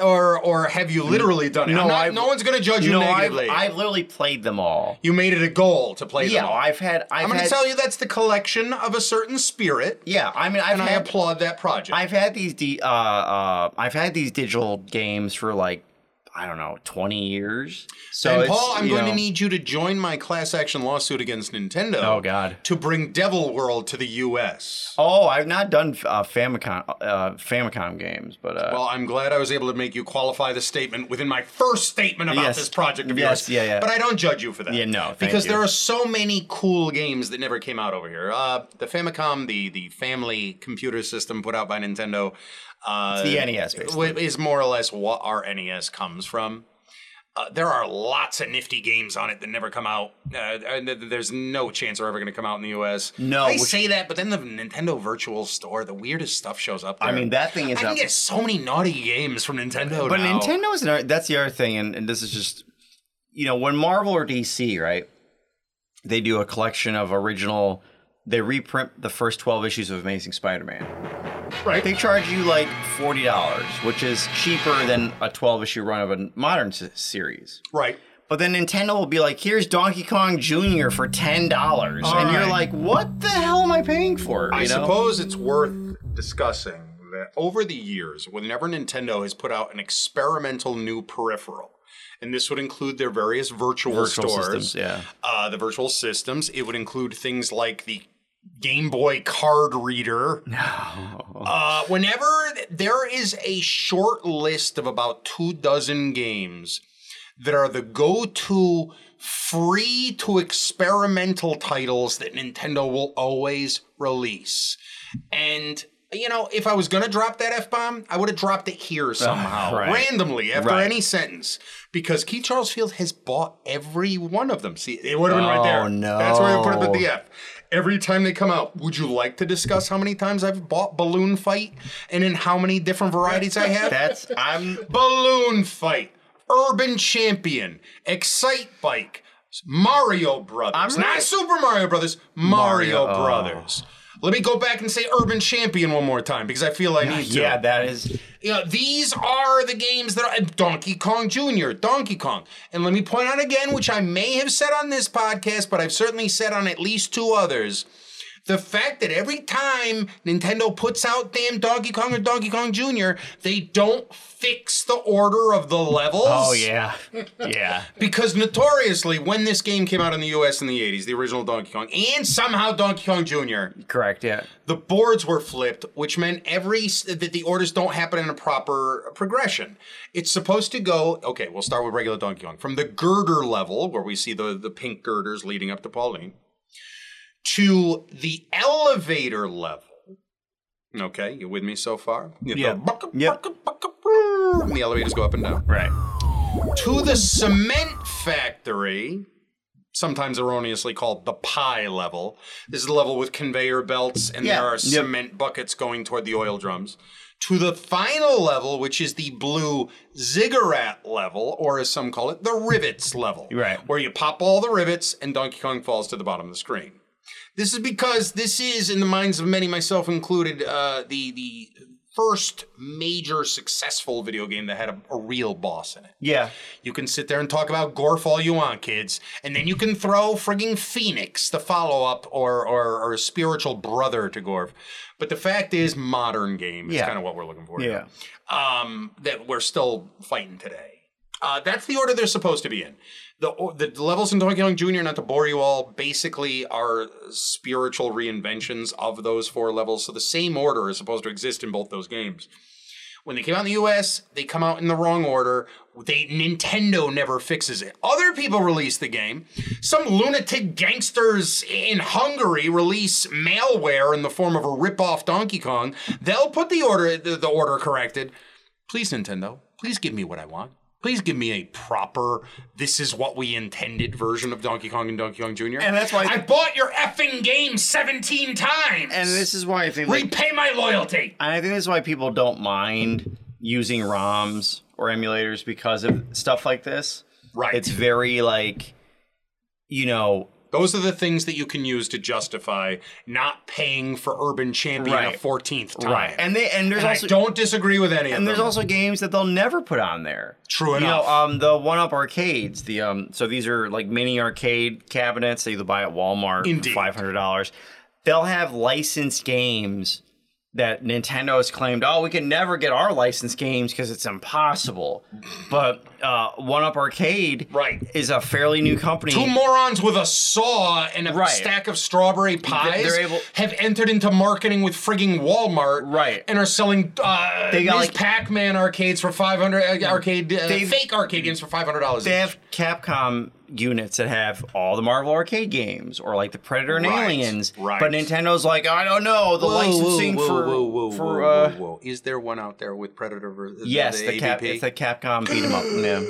[SPEAKER 2] Or, or have you literally done it?
[SPEAKER 3] No,
[SPEAKER 2] I'm not-
[SPEAKER 3] I've-
[SPEAKER 2] no one's going to judge you
[SPEAKER 3] No, I've,
[SPEAKER 2] negatively.
[SPEAKER 3] I've literally played them all.
[SPEAKER 2] you made it a goal to play them
[SPEAKER 3] Yeah,
[SPEAKER 2] all.
[SPEAKER 3] I've had I've
[SPEAKER 2] I'm going
[SPEAKER 3] had
[SPEAKER 2] to tell you that's the collection of a certain spirit,
[SPEAKER 3] Yeah, I mean I've
[SPEAKER 2] and I
[SPEAKER 3] had
[SPEAKER 2] applaud that project.
[SPEAKER 3] I've had these di- uh, uh, I've had these digital games for like I don't know twenty years. So
[SPEAKER 2] and
[SPEAKER 3] it's,
[SPEAKER 2] Paul, I'm
[SPEAKER 3] you
[SPEAKER 2] going
[SPEAKER 3] know-
[SPEAKER 2] to need you to join my class action lawsuit against Nintendo.
[SPEAKER 3] Oh, God.
[SPEAKER 2] To bring Devil World to the U.S.
[SPEAKER 3] Oh, I've not done uh, Famicom uh, Famicom games, but uh,
[SPEAKER 2] Well, I'm glad I was able to make you qualify the statement within my first statement about
[SPEAKER 3] Yes.
[SPEAKER 2] this project of
[SPEAKER 3] Yes,
[SPEAKER 2] yours.
[SPEAKER 3] yeah, yeah.
[SPEAKER 2] But I don't judge you for that.
[SPEAKER 3] Yeah, no, thank
[SPEAKER 2] because
[SPEAKER 3] you.
[SPEAKER 2] there are so many cool games that never came out over here. Uh, the Famicom, the the family computer system put out by Nintendo. Uh,
[SPEAKER 3] the NES, basically.
[SPEAKER 2] wh- is more or less what our NES comes from. Uh, there are lots of nifty games on it that never come out. Uh, and th- th- there's no chance they're ever going to come out in the U.S.
[SPEAKER 3] No,
[SPEAKER 2] I
[SPEAKER 3] which-
[SPEAKER 2] say that, but then the Nintendo Virtual Store, the weirdest stuff shows up. There.
[SPEAKER 3] I mean that thing is
[SPEAKER 2] I can
[SPEAKER 3] up-
[SPEAKER 2] get so many naughty games from Nintendo
[SPEAKER 3] But
[SPEAKER 2] now.
[SPEAKER 3] Nintendo is an art. That's the other thing, and, and this is just, you know, when Marvel or DC, right? They do a collection of original. They reprint the first twelve issues of Amazing Spider-Man.
[SPEAKER 2] Right.
[SPEAKER 3] They charge you like forty dollars, which is cheaper than a twelve issue run of a modern s- series.
[SPEAKER 2] right.
[SPEAKER 3] But then Nintendo will be like, "Here's Donkey Kong Jr. for ten dollars," and you're
[SPEAKER 2] right.
[SPEAKER 3] like, "What the hell am I paying for?"
[SPEAKER 2] I
[SPEAKER 3] you know?
[SPEAKER 2] suppose it's worth discussing that over the years, whenever Nintendo has put out an experimental new peripheral, and this would include their various virtual,
[SPEAKER 3] Virtual
[SPEAKER 2] stores,
[SPEAKER 3] systems, yeah.
[SPEAKER 2] uh, the virtual systems. It would include things like the Game Boy card reader. Uh, whenever th- there is a short list of about two dozen games that are the go to free to experimental titles that Nintendo will always release. And you know, if I was going to drop that F bomb, I would have dropped it here somehow,
[SPEAKER 3] right.
[SPEAKER 2] randomly, after
[SPEAKER 3] Right.
[SPEAKER 2] any sentence, because Keith Charles Field has bought every one of them. See, it would have been right there.
[SPEAKER 3] Oh, no.
[SPEAKER 2] That's where I put up at the F. Every time they come out, would you like to discuss how many times I've bought Balloon Fight and in how many different varieties I have?
[SPEAKER 3] That's I'm
[SPEAKER 2] Balloon Fight, Urban Champion, Excite Bike, Mario Brothers. Not Super Mario Brothers, Mario,
[SPEAKER 3] Mario- oh.
[SPEAKER 2] Brothers. Let me go back and say Urban Champion one more time because I feel I need to.
[SPEAKER 3] yeah, that is
[SPEAKER 2] You know, these are the games that are Donkey Kong Jr., Donkey Kong. And let me point out again, which I may have said on this podcast, but I've certainly said on at least two others. The fact that every time Nintendo puts out damn Donkey Kong or Donkey Kong Jr., they don't fix the order of the levels.
[SPEAKER 3] Oh yeah. Yeah.
[SPEAKER 2] Because notoriously, when this game came out in the US in the 80s, the original Donkey Kong, and somehow Donkey Kong Jr.,
[SPEAKER 3] Correct, yeah.
[SPEAKER 2] the boards were flipped, which meant every that the orders don't happen in a proper progression. It's supposed to go okay. We'll start with regular Donkey Kong from the girder level where we see the the pink girders leading up to Pauline to the elevator level. Okay, you with me so far? You
[SPEAKER 3] Yeah.
[SPEAKER 2] go bucka,
[SPEAKER 3] Yep.
[SPEAKER 2] bucka, bucka, brrr, and the elevators go up and down
[SPEAKER 3] Right.
[SPEAKER 2] to the cement factory, sometimes erroneously called the pie level. This is the level with conveyor belts and
[SPEAKER 3] Yeah.
[SPEAKER 2] there are
[SPEAKER 3] Yep.
[SPEAKER 2] cement buckets going toward the oil drums. To the final level, which is the blue ziggurat level, or as some call it, the rivets level.
[SPEAKER 3] Right.
[SPEAKER 2] Where you pop all the rivets and Donkey Kong falls to the bottom of the screen. This is because this is, in the minds of many, myself included, uh, the the first major successful video game that had a, a real boss in it.
[SPEAKER 3] Yeah.
[SPEAKER 2] You can sit there and talk about Gorf all you want, kids, and then you can throw frigging Phoenix, the follow-up or or, or spiritual brother to Gorf. But the fact is, modern game is
[SPEAKER 3] Yeah.
[SPEAKER 2] kind of what we're looking for.
[SPEAKER 3] Yeah.
[SPEAKER 2] um, that we're still fighting today. Uh, that's the order they're supposed to be in. The or- the levels in Donkey Kong Jr. Not to bore you all, basically are spiritual reinventions of those four levels. So the same order is supposed to exist in both those games when they came out in the US, they come out in the wrong order. They Nintendo never fixes it. Other people release the game. Some lunatic gangsters in Hungary release malware in the form of a rip-off Donkey Kong. They'll put the order the, the order corrected. Please Nintendo, please give me what I want. Please give me a proper this is what we intended version of Donkey Kong and Donkey Kong Jr.
[SPEAKER 3] And that's why-
[SPEAKER 2] I bought your effing game 17 times.
[SPEAKER 3] And this is why I think like,
[SPEAKER 2] repay my loyalty.
[SPEAKER 3] I think this is why people don't mind using ROMs or emulators because of stuff like this.
[SPEAKER 2] Right.
[SPEAKER 3] It's very like you know,
[SPEAKER 2] Those are the things that you can use to justify not paying for Urban Champion a
[SPEAKER 3] Right.
[SPEAKER 2] 14th time.
[SPEAKER 3] And they and there's
[SPEAKER 2] And I
[SPEAKER 3] also
[SPEAKER 2] don't disagree with any of
[SPEAKER 3] and there's
[SPEAKER 2] them.
[SPEAKER 3] also games that they'll never put on there.
[SPEAKER 2] True
[SPEAKER 3] you
[SPEAKER 2] enough.
[SPEAKER 3] know, um, the one up arcades. The um, so these are like mini arcade cabinets that you buy at Walmart
[SPEAKER 2] Indeed.
[SPEAKER 3] for five hundred dollars. They'll have licensed games that Nintendo has claimed. Oh, we can never get our licensed games because it's impossible. But uh, one up arcade,
[SPEAKER 2] Right.
[SPEAKER 3] is a fairly new company.
[SPEAKER 2] Two morons with a saw and a
[SPEAKER 3] Right.
[SPEAKER 2] stack of strawberry pies
[SPEAKER 3] they're able-
[SPEAKER 2] have entered into marketing with frigging Walmart
[SPEAKER 3] Right.
[SPEAKER 2] and are selling uh,
[SPEAKER 3] They got,
[SPEAKER 2] these
[SPEAKER 3] like-
[SPEAKER 2] Pac-Man arcades for 500 uh, arcade uh,
[SPEAKER 3] They've-
[SPEAKER 2] fake arcade games for $500
[SPEAKER 3] they
[SPEAKER 2] each.
[SPEAKER 3] have Capcom units that have all the Marvel arcade games or like the Predator and
[SPEAKER 2] Right,
[SPEAKER 3] Aliens.
[SPEAKER 2] right.
[SPEAKER 3] But Nintendo's like, I don't know, the licensing for for uh,
[SPEAKER 2] Is there one out there with Predator versus uh,
[SPEAKER 3] yes, the, Cap it's the Capcom beat 'em up. Yeah.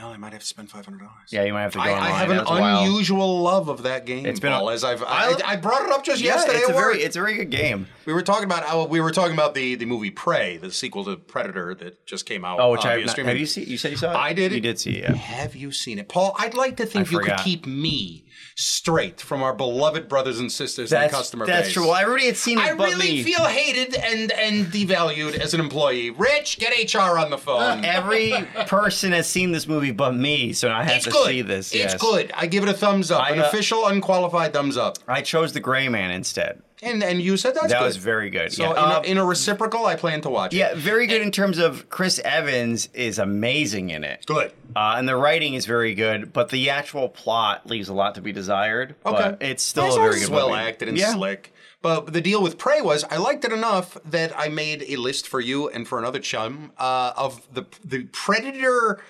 [SPEAKER 2] Well, I might have to spend $500.
[SPEAKER 3] yeah, you might have to go
[SPEAKER 2] I,
[SPEAKER 3] online.
[SPEAKER 2] I have an
[SPEAKER 3] That was wild.
[SPEAKER 2] unusual love of that game.
[SPEAKER 3] It's
[SPEAKER 2] It's
[SPEAKER 3] been
[SPEAKER 2] been
[SPEAKER 3] a-
[SPEAKER 2] Paul, as I've
[SPEAKER 3] I-
[SPEAKER 2] I, I brought it up just
[SPEAKER 3] Yeah,
[SPEAKER 2] yesterday
[SPEAKER 3] it's a
[SPEAKER 2] at work.
[SPEAKER 3] very it's a very good game.
[SPEAKER 2] we were talking about how we were talking about the the movie Prey, the sequel to Predator that just came out.
[SPEAKER 3] Oh, which
[SPEAKER 2] uh,
[SPEAKER 3] I
[SPEAKER 2] via
[SPEAKER 3] have, not,
[SPEAKER 2] streaming.
[SPEAKER 3] have you seen? You said you saw it.
[SPEAKER 2] I did
[SPEAKER 3] You
[SPEAKER 2] it.
[SPEAKER 3] did see it. Yeah.
[SPEAKER 2] Have you seen it, Paul? I'd like to think
[SPEAKER 3] I
[SPEAKER 2] you could
[SPEAKER 3] forgot.
[SPEAKER 2] keep me straight from our beloved brothers and sisters in the
[SPEAKER 3] That's
[SPEAKER 2] customer
[SPEAKER 3] that's
[SPEAKER 2] base.
[SPEAKER 3] true. Well, I already had seen it.
[SPEAKER 2] I
[SPEAKER 3] but
[SPEAKER 2] really
[SPEAKER 3] me.
[SPEAKER 2] feel hated and and devalued as an employee. Rich, get HR on the
[SPEAKER 3] Uh,
[SPEAKER 2] phone.
[SPEAKER 3] every person has seen this movie but me, so I have
[SPEAKER 2] it's
[SPEAKER 3] to
[SPEAKER 2] good.
[SPEAKER 3] see this.
[SPEAKER 2] It's
[SPEAKER 3] yes.
[SPEAKER 2] good. I give it a thumbs up,
[SPEAKER 3] I,
[SPEAKER 2] an
[SPEAKER 3] uh,
[SPEAKER 2] official, unqualified thumbs up.
[SPEAKER 3] I chose the Gray Man instead.
[SPEAKER 2] And and you said that's
[SPEAKER 3] that
[SPEAKER 2] good.
[SPEAKER 3] was very good.
[SPEAKER 2] So
[SPEAKER 3] yeah.
[SPEAKER 2] in,
[SPEAKER 3] Uh,
[SPEAKER 2] a, in a reciprocal, I plan to watch. it.
[SPEAKER 3] yeah, very good in terms of Chris Evans is amazing in it.
[SPEAKER 2] good.
[SPEAKER 3] Uh, and the writing is very good, but the actual plot leaves a lot to be desired. But it's still
[SPEAKER 2] It's
[SPEAKER 3] a very good
[SPEAKER 2] well
[SPEAKER 3] movie.
[SPEAKER 2] acted and
[SPEAKER 3] yeah.
[SPEAKER 2] slick. But the deal with Prey was I liked it enough that I made a list for you and for another chum uh, of the the Predator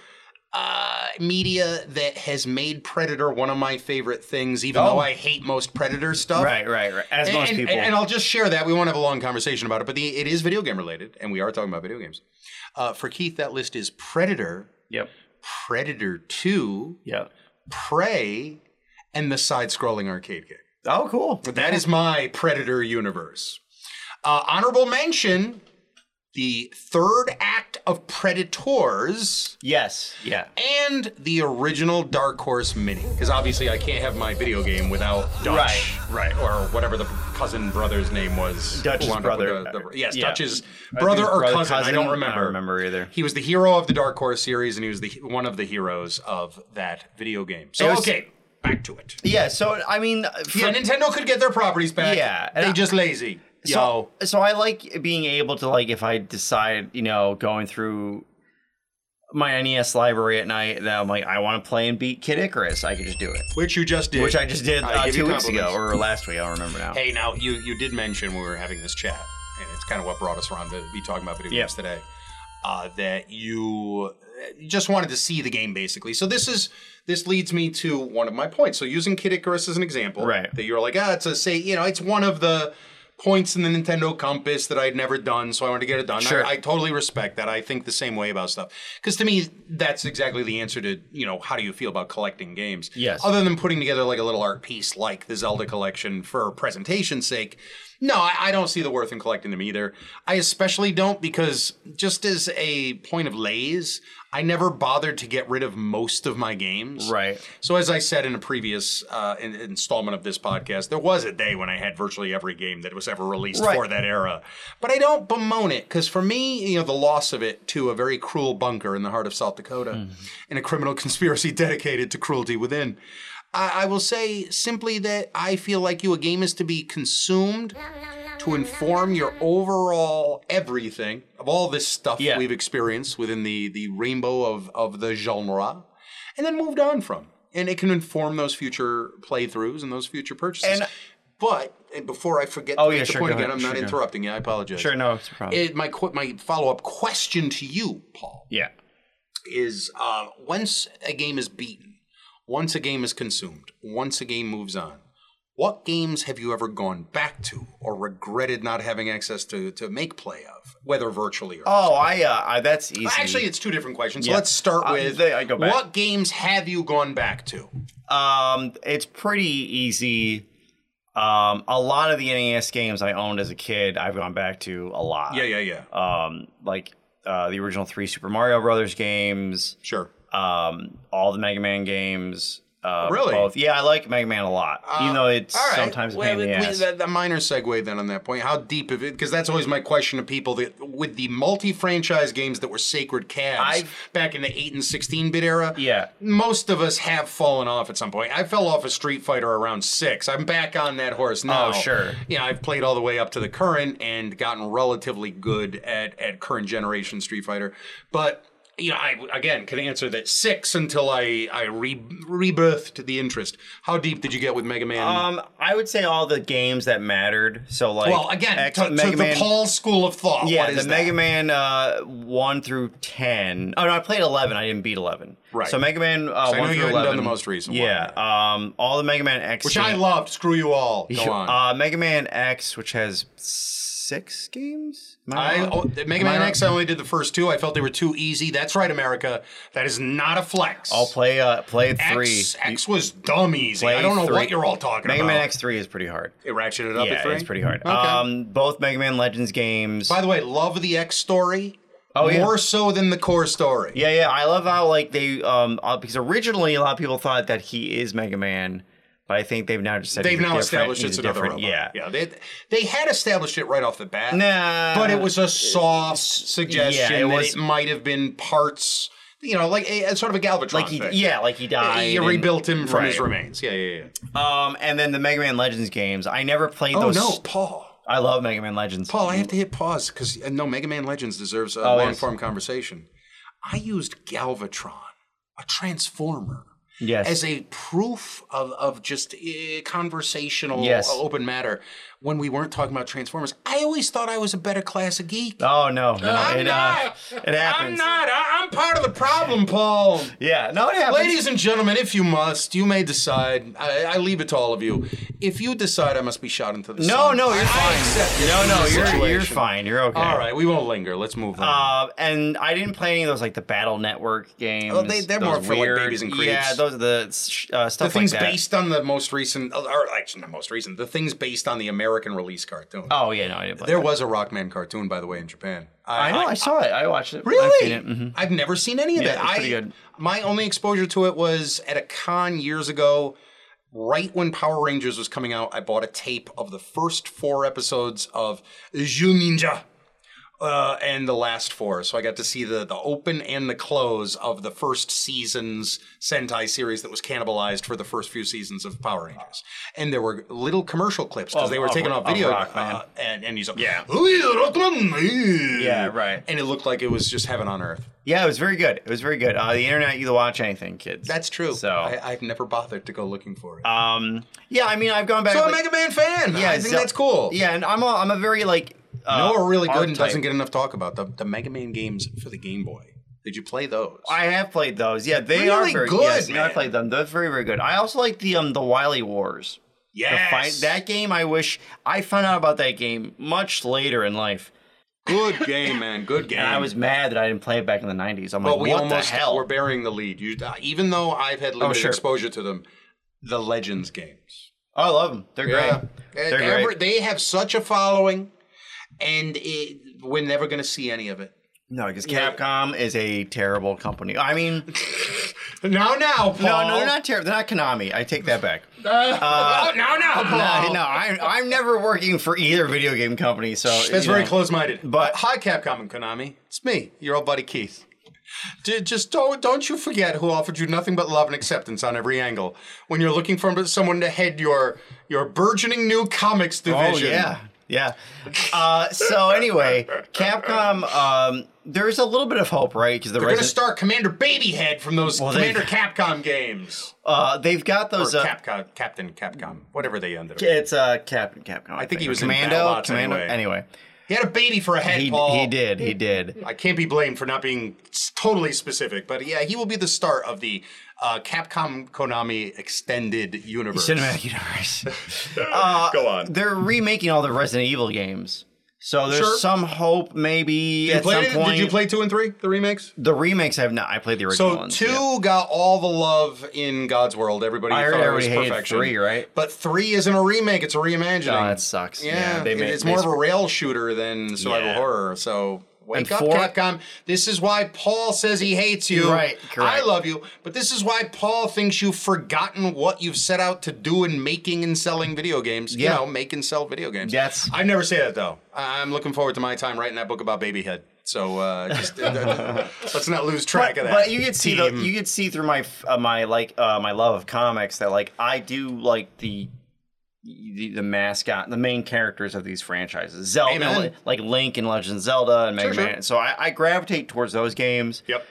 [SPEAKER 2] uh, media that has made Predator one of my favorite things, even though I hate most Predator stuff.
[SPEAKER 3] Oh. Right, right, right. As
[SPEAKER 2] And,
[SPEAKER 3] most
[SPEAKER 2] and-
[SPEAKER 3] people.
[SPEAKER 2] and I'll just share that. We won't have a long conversation about it, but the, it is video game related, and we are talking about video games. Uh, for Keith, that list is Predator,
[SPEAKER 3] yep.
[SPEAKER 2] Predator 2,
[SPEAKER 3] Yep.
[SPEAKER 2] Prey, and the side scrolling arcade game.
[SPEAKER 3] Oh, cool.
[SPEAKER 2] That is my Predator universe. Uh, honorable mention the third act of Predators
[SPEAKER 3] Yes. Yeah.
[SPEAKER 2] and the original Dark Horse Mini. Because obviously, I can't have my video game without Dutch.
[SPEAKER 3] Right, right.
[SPEAKER 2] Or whatever the cousin brother's name was.
[SPEAKER 3] Dutch's
[SPEAKER 2] who wound up with
[SPEAKER 3] brother.
[SPEAKER 2] the- the- yes,
[SPEAKER 3] Yeah.
[SPEAKER 2] Dutch's
[SPEAKER 3] I
[SPEAKER 2] brother
[SPEAKER 3] think
[SPEAKER 2] or
[SPEAKER 3] brother,
[SPEAKER 2] cousin, I
[SPEAKER 3] cousin,
[SPEAKER 2] don't
[SPEAKER 3] I don't
[SPEAKER 2] remember.
[SPEAKER 3] remember either.
[SPEAKER 2] He was the hero of the Dark Horse series, and he was the one of the heroes of that video game. So,
[SPEAKER 3] It was-
[SPEAKER 2] okay, back to it.
[SPEAKER 3] Yeah. So I mean, for,
[SPEAKER 2] Yeah, Nintendo could get their properties back.
[SPEAKER 3] Yeah, and
[SPEAKER 2] they
[SPEAKER 3] I-
[SPEAKER 2] just lazy.
[SPEAKER 3] so
[SPEAKER 2] Yo,
[SPEAKER 3] so I like being able to like if I decide you know going through my NES library at night that I'm like I want to play and beat Kid Icarus. I could just do it,
[SPEAKER 2] which you just did.
[SPEAKER 3] which I just did
[SPEAKER 2] I
[SPEAKER 3] uh,
[SPEAKER 2] give you
[SPEAKER 3] two weeks ago
[SPEAKER 2] compliments.
[SPEAKER 3] or last week. I don't remember now.
[SPEAKER 2] Hey, now you you did mention when we were having this chat, and it's kind of what brought us around to be talking about video
[SPEAKER 3] Yeah.
[SPEAKER 2] games today. Uh, that you uh, you just wanted to see the game basically. So this is this leads me to one of my points. So using Kid Icarus as an example,
[SPEAKER 3] Right.
[SPEAKER 2] That you're like, ah, it's a say, you know, it's one of the points in the Nintendo compass that I'd never done, so I wanted to get it done.
[SPEAKER 3] Sure.
[SPEAKER 2] I, I totally respect that. I think the same way about stuff because to me, that's exactly the answer to you know how do you feel about collecting games?
[SPEAKER 3] Yes.
[SPEAKER 2] Other than putting together like a little art piece like the Zelda collection for presentation's sake, no, I, I don't see the worth in collecting them either. I especially don't because just as a point of lays, I never bothered to get rid of most of my games.
[SPEAKER 3] Right.
[SPEAKER 2] So as I said in a previous uh, in- installment of this podcast, there was a day when I had virtually every game that was ever released
[SPEAKER 3] Right.
[SPEAKER 2] for that era. But I don't bemoan it because for me, you know, the loss of it to a very cruel bunker in the heart of South Dakota
[SPEAKER 3] Hmm.
[SPEAKER 2] and a criminal conspiracy dedicated to cruelty within. I, I will say simply that I feel like you a game is to be consumed to inform your overall everything of all this stuff
[SPEAKER 3] Yeah.
[SPEAKER 2] we've experienced within the the rainbow of of the genre, and then moved on from. And it can inform those future playthroughs and those future purchases.
[SPEAKER 3] And-
[SPEAKER 2] but and before I forget
[SPEAKER 3] Oh,
[SPEAKER 2] to make
[SPEAKER 3] yeah,
[SPEAKER 2] the
[SPEAKER 3] sure,
[SPEAKER 2] point
[SPEAKER 3] go
[SPEAKER 2] again,
[SPEAKER 3] ahead,
[SPEAKER 2] I'm
[SPEAKER 3] sure,
[SPEAKER 2] not
[SPEAKER 3] go ahead.
[SPEAKER 2] interrupting you. I apologize.
[SPEAKER 3] Sure. No, it's a problem.
[SPEAKER 2] It, my qu- my follow up question to you, Paul,
[SPEAKER 3] yeah.
[SPEAKER 2] is uh, once a game is beaten, once a game is consumed, once a game moves on, what games have you ever gone back to or regretted not having access to to make play of, whether virtually or
[SPEAKER 3] Oh, I, uh, I that's easy.
[SPEAKER 2] actually? It's two different questions. So
[SPEAKER 3] Yeah.
[SPEAKER 2] let's start
[SPEAKER 3] Uh,
[SPEAKER 2] with
[SPEAKER 3] they- I go back.
[SPEAKER 2] what games have you gone back to?
[SPEAKER 3] Um, it's pretty easy. Um, a lot of the NES games I owned as a kid, I've gone back to a lot.
[SPEAKER 2] Yeah, yeah, yeah.
[SPEAKER 3] Um, like uh, the original three Super Mario Brothers games,
[SPEAKER 2] sure.
[SPEAKER 3] um, all the Mega Man games. Uh,
[SPEAKER 2] Really? Uh,
[SPEAKER 3] Both. Yeah, I like Mega Man a lot, even though it's
[SPEAKER 2] All right.
[SPEAKER 3] sometimes a
[SPEAKER 2] Well,
[SPEAKER 3] pain in
[SPEAKER 2] we-
[SPEAKER 3] the
[SPEAKER 2] we-
[SPEAKER 3] ass.
[SPEAKER 2] the- the minor segue then on that point. How deep of it? Because that's always my question to people that with the multi-franchise games that were sacred calves
[SPEAKER 3] I've-
[SPEAKER 2] back in the eight and sixteen bit era.
[SPEAKER 3] Yeah.
[SPEAKER 2] most of us have fallen off at some point. I fell off a Street Fighter around six. I'm back on that horse now.
[SPEAKER 3] Oh, sure.
[SPEAKER 2] Yeah, I've played all the way up to the current and gotten relatively good at at current generation Street Fighter, but. You know, I again can answer that six until I I re- rebirthed the interest. How deep did you get with Mega Man?
[SPEAKER 3] Um, I would say all the games that mattered. So like,
[SPEAKER 2] Well, again,
[SPEAKER 3] X-
[SPEAKER 2] to, to
[SPEAKER 3] Mega
[SPEAKER 2] the
[SPEAKER 3] Man.
[SPEAKER 2] Paul school of thought.
[SPEAKER 3] Yeah,
[SPEAKER 2] what is
[SPEAKER 3] the
[SPEAKER 2] that?
[SPEAKER 3] Mega Man uh, one through ten. Oh no, I played eleven. I didn't beat eleven.
[SPEAKER 2] Right.
[SPEAKER 3] So Mega Man uh,
[SPEAKER 2] I
[SPEAKER 3] one
[SPEAKER 2] know you
[SPEAKER 3] through
[SPEAKER 2] hadn't done
[SPEAKER 3] eleven.
[SPEAKER 2] the most recent one.
[SPEAKER 3] Yeah. Um, all the Mega Man X,
[SPEAKER 2] Which I loved. Screw you all. Go on.
[SPEAKER 3] Uh, Mega Man X, which has six games. Am
[SPEAKER 2] I,
[SPEAKER 3] wrong?
[SPEAKER 2] oh, Mega
[SPEAKER 3] Am I
[SPEAKER 2] Man
[SPEAKER 3] wrong?
[SPEAKER 2] X, I only did the first two. I felt they were too easy. That's right, America. That is not a flex.
[SPEAKER 3] I'll play uh, play three.
[SPEAKER 2] X, X was dumb easy.
[SPEAKER 3] Play
[SPEAKER 2] I don't know
[SPEAKER 3] three.
[SPEAKER 2] what you're all talking
[SPEAKER 3] Mega
[SPEAKER 2] about.
[SPEAKER 3] Man X three is pretty hard.
[SPEAKER 2] It ratcheted up
[SPEAKER 3] yeah,
[SPEAKER 2] at three?
[SPEAKER 3] it's pretty hard.
[SPEAKER 2] Okay.
[SPEAKER 3] Um, both Mega Man Legends games.
[SPEAKER 2] By the way, love the X story.
[SPEAKER 3] Oh, yeah.
[SPEAKER 2] More so than the core story.
[SPEAKER 3] Yeah, yeah. I love how like they um uh, because originally a lot of people thought that he is Mega Man, but I think they've now just said
[SPEAKER 2] They've
[SPEAKER 3] he's
[SPEAKER 2] now
[SPEAKER 3] different-
[SPEAKER 2] established
[SPEAKER 3] he's
[SPEAKER 2] it's
[SPEAKER 3] a
[SPEAKER 2] another
[SPEAKER 3] different-
[SPEAKER 2] robot.
[SPEAKER 3] Yeah.
[SPEAKER 2] Yeah. They, they had established it right off the bat.
[SPEAKER 3] Nah.
[SPEAKER 2] but it was a soft suggestion
[SPEAKER 3] yeah, Uh, it
[SPEAKER 2] that
[SPEAKER 3] was-
[SPEAKER 2] it might have been parts, you know, like a, a sort of a Galvatron
[SPEAKER 3] like he
[SPEAKER 2] thing.
[SPEAKER 3] yeah like he died.
[SPEAKER 2] You
[SPEAKER 3] and-
[SPEAKER 2] rebuilt him from his
[SPEAKER 3] Right.
[SPEAKER 2] remains. Yeah, yeah, yeah.
[SPEAKER 3] Um, and then the Mega Man Legends games. I never played
[SPEAKER 2] Oh
[SPEAKER 3] those.
[SPEAKER 2] no, Paul.
[SPEAKER 3] I love Mega Man Legends.
[SPEAKER 2] Paul, I have to hit pause because uh, no, Mega Man Legends deserves a
[SPEAKER 3] Mm. Oh, yes.
[SPEAKER 2] long form conversation. I used Galvatron, a transformer,
[SPEAKER 3] Yes.
[SPEAKER 2] as a proof of, of just eh, conversational
[SPEAKER 3] Yes.
[SPEAKER 2] uh, open matter when we weren't talking about Transformers. I always thought I was a better classic geek.
[SPEAKER 3] Oh no, no,
[SPEAKER 2] I'm
[SPEAKER 3] it, uh,
[SPEAKER 2] not.
[SPEAKER 3] it happens.
[SPEAKER 2] I'm not. I, I'm part of the problem, Paul.
[SPEAKER 3] Yeah, no, it happens.
[SPEAKER 2] Ladies and gentlemen, if you must, you may decide. I, I leave it to all of you. If you decide I must be shot into the
[SPEAKER 3] no,
[SPEAKER 2] sun,
[SPEAKER 3] no, you're
[SPEAKER 2] I- I accept
[SPEAKER 3] fine.
[SPEAKER 2] this
[SPEAKER 3] No,
[SPEAKER 2] is
[SPEAKER 3] no,
[SPEAKER 2] the
[SPEAKER 3] you're you're
[SPEAKER 2] situation.
[SPEAKER 3] fine. You're okay.
[SPEAKER 2] All right, we won't linger. Let's move on.
[SPEAKER 3] Uh, and I didn't play any of those like the Battle Network games.
[SPEAKER 2] Oh, they- they're
[SPEAKER 3] those
[SPEAKER 2] more for, like, babies and creeps.
[SPEAKER 3] Yeah, those are the sh- uh, stuff
[SPEAKER 2] the things
[SPEAKER 3] like that.
[SPEAKER 2] based on the most recent, uh, or actually not most recent, the things based on the American release cartoon.
[SPEAKER 3] Oh yeah, no, I didn't play.
[SPEAKER 2] there
[SPEAKER 3] that.
[SPEAKER 2] was a Rockman cartoon, by the way, in Japan.
[SPEAKER 3] I know. I, saw it. I watched it. I've
[SPEAKER 2] Really?
[SPEAKER 3] seen it. Mhm.
[SPEAKER 2] I've never seen any of
[SPEAKER 3] Yeah,
[SPEAKER 2] that.
[SPEAKER 3] it's
[SPEAKER 2] I
[SPEAKER 3] pretty good.
[SPEAKER 2] my only exposure to it was at a con years ago. Right when Power Rangers was coming out, I bought a tape of the first four episodes of Zhu Ninja. Uh, and the last four, so I got to see the the open and the close of the first season's Sentai series that was cannibalized for the first few seasons of Power Rangers, and there were little commercial clips because
[SPEAKER 3] Of-
[SPEAKER 2] they were
[SPEAKER 3] of-
[SPEAKER 2] taking off
[SPEAKER 3] of
[SPEAKER 2] video.
[SPEAKER 3] Rockman.
[SPEAKER 2] uh, and and he's like, "Oh,
[SPEAKER 3] Yeah.
[SPEAKER 2] Rockman,
[SPEAKER 3] Yeah, right.
[SPEAKER 2] and it looked like it was just heaven on earth.
[SPEAKER 3] Yeah, it was very good. It was very good. Uh, the internet, you can watch anything, kids.
[SPEAKER 2] That's true.
[SPEAKER 3] So,
[SPEAKER 2] I, I've never bothered to go looking for it.
[SPEAKER 3] um, yeah, I mean, I've gone back.
[SPEAKER 2] Uh, so I'm a
[SPEAKER 3] like-
[SPEAKER 2] Mega Man fan. Yeah, I think
[SPEAKER 3] so-
[SPEAKER 2] that's cool.
[SPEAKER 3] Yeah, and I'm a, I'm a very like.
[SPEAKER 2] you
[SPEAKER 3] Uh,
[SPEAKER 2] know, we're really good and
[SPEAKER 3] archetype.
[SPEAKER 2] doesn't get enough talk about the the Mega Man games for the Game Boy. Did you play those?
[SPEAKER 3] I have played those. Yeah, they are
[SPEAKER 2] Really
[SPEAKER 3] very
[SPEAKER 2] good,
[SPEAKER 3] Yes, yeah, I
[SPEAKER 2] man.
[SPEAKER 3] played them. They're very very good. I also like the um the Wily Wars. The
[SPEAKER 2] yes.
[SPEAKER 3] fi- that game, I wish I found out about that game much later in life,
[SPEAKER 2] good game, man. Good game.
[SPEAKER 3] and I was mad that I didn't play it back in the '90s. I'm
[SPEAKER 2] But
[SPEAKER 3] like,
[SPEAKER 2] we
[SPEAKER 3] what
[SPEAKER 2] almost
[SPEAKER 3] the hell?
[SPEAKER 2] we're burying the lead. You, uh, even though I've had limited
[SPEAKER 3] sure.
[SPEAKER 2] exposure to them, the Legends games.
[SPEAKER 3] oh, I love them. They're great.
[SPEAKER 2] Yeah.
[SPEAKER 3] They're
[SPEAKER 2] Ever-
[SPEAKER 3] great.
[SPEAKER 2] They have such a following, and it, we're never going to see any of it.
[SPEAKER 3] No, because
[SPEAKER 2] Yeah.
[SPEAKER 3] Capcom is a terrible company. I mean,
[SPEAKER 2] Now, now, Paul.
[SPEAKER 3] no, no, they're not terrible. They're not Konami. I take that back.
[SPEAKER 2] Uh, now, now, Paul.
[SPEAKER 3] Oh, No, no, I'm, I'm never working for either video game company. So
[SPEAKER 2] That's
[SPEAKER 3] you
[SPEAKER 2] very
[SPEAKER 3] know.
[SPEAKER 2] close-minded.
[SPEAKER 3] But-
[SPEAKER 2] Uh, hi, Capcom and Konami. It's me, your old buddy Keith. D- just don't don't you forget who offered you nothing but love and acceptance on every angle when you're looking for someone to head your your burgeoning new comics division.
[SPEAKER 3] Oh yeah, yeah. Uh, so anyway, Capcom. Um, there's a little bit of hope, right? Because the
[SPEAKER 2] We're gonna
[SPEAKER 3] Resident-
[SPEAKER 2] start Commander Babyhead from those
[SPEAKER 3] Well, they-
[SPEAKER 2] Commander Capcom games.
[SPEAKER 3] uh, they've got
[SPEAKER 2] Or
[SPEAKER 3] those. Uh,
[SPEAKER 2] Capcom, Captain Capcom, whatever they ended up.
[SPEAKER 3] it's uh, Captain Capcom. I,
[SPEAKER 2] think he was in
[SPEAKER 3] Commando.
[SPEAKER 2] BattleBots
[SPEAKER 3] Commando.
[SPEAKER 2] anyway.
[SPEAKER 3] Anyway,
[SPEAKER 2] He had a baby for a head,
[SPEAKER 3] he
[SPEAKER 2] Paul.
[SPEAKER 3] he did. He did.
[SPEAKER 2] I can't be blamed for not being s- totally specific, but yeah, he will be the start of the uh, Capcom Konami extended universe. Uh,
[SPEAKER 3] Cinematic Universe.
[SPEAKER 2] Go on.
[SPEAKER 3] They're remaking all the Resident Evil games. So there's
[SPEAKER 2] Sure.
[SPEAKER 3] some hope, maybe
[SPEAKER 2] You
[SPEAKER 3] at some
[SPEAKER 2] played it?
[SPEAKER 3] point.
[SPEAKER 2] Did you play two and three, the remakes?
[SPEAKER 3] the remakes? I have not. I played the original.
[SPEAKER 2] So
[SPEAKER 3] ones,
[SPEAKER 2] two
[SPEAKER 3] yeah.
[SPEAKER 2] got all the love in God's world. Everybody
[SPEAKER 3] I heard
[SPEAKER 2] thought it was
[SPEAKER 3] everybody hated
[SPEAKER 2] perfection.
[SPEAKER 3] three, right?
[SPEAKER 2] But three isn't a remake; it's a reimagining.
[SPEAKER 3] Oh, that sucks.
[SPEAKER 2] Yeah,
[SPEAKER 3] Yeah, they
[SPEAKER 2] it-
[SPEAKER 3] made-
[SPEAKER 2] it's
[SPEAKER 3] they
[SPEAKER 2] more of a rail shooter than survival
[SPEAKER 3] Yeah.
[SPEAKER 2] horror. So wake
[SPEAKER 3] And
[SPEAKER 2] up,
[SPEAKER 3] four-
[SPEAKER 2] Capcom. This is why Paul says he hates you.
[SPEAKER 3] Right, correct.
[SPEAKER 2] I love you, but this is why Paul thinks you've forgotten what you've set out to do in making and selling video games.
[SPEAKER 3] Yeah.
[SPEAKER 2] You know, make and sell video games.
[SPEAKER 3] That's-
[SPEAKER 2] I never say that though. I- I'm looking forward to my time writing that book about Babyhead. So uh, just let's not lose track of that.
[SPEAKER 3] But you could see the,
[SPEAKER 2] team.
[SPEAKER 3] you could see through my f- uh, my like uh, my love of comics that like I do like the the, the mascot, the main characters of these franchises, Zelda,
[SPEAKER 2] Amen.
[SPEAKER 3] li- like Link and Legend of Zelda and Mega
[SPEAKER 2] Sure, sure.
[SPEAKER 3] Man. So I, I gravitate towards those games.
[SPEAKER 2] Yep.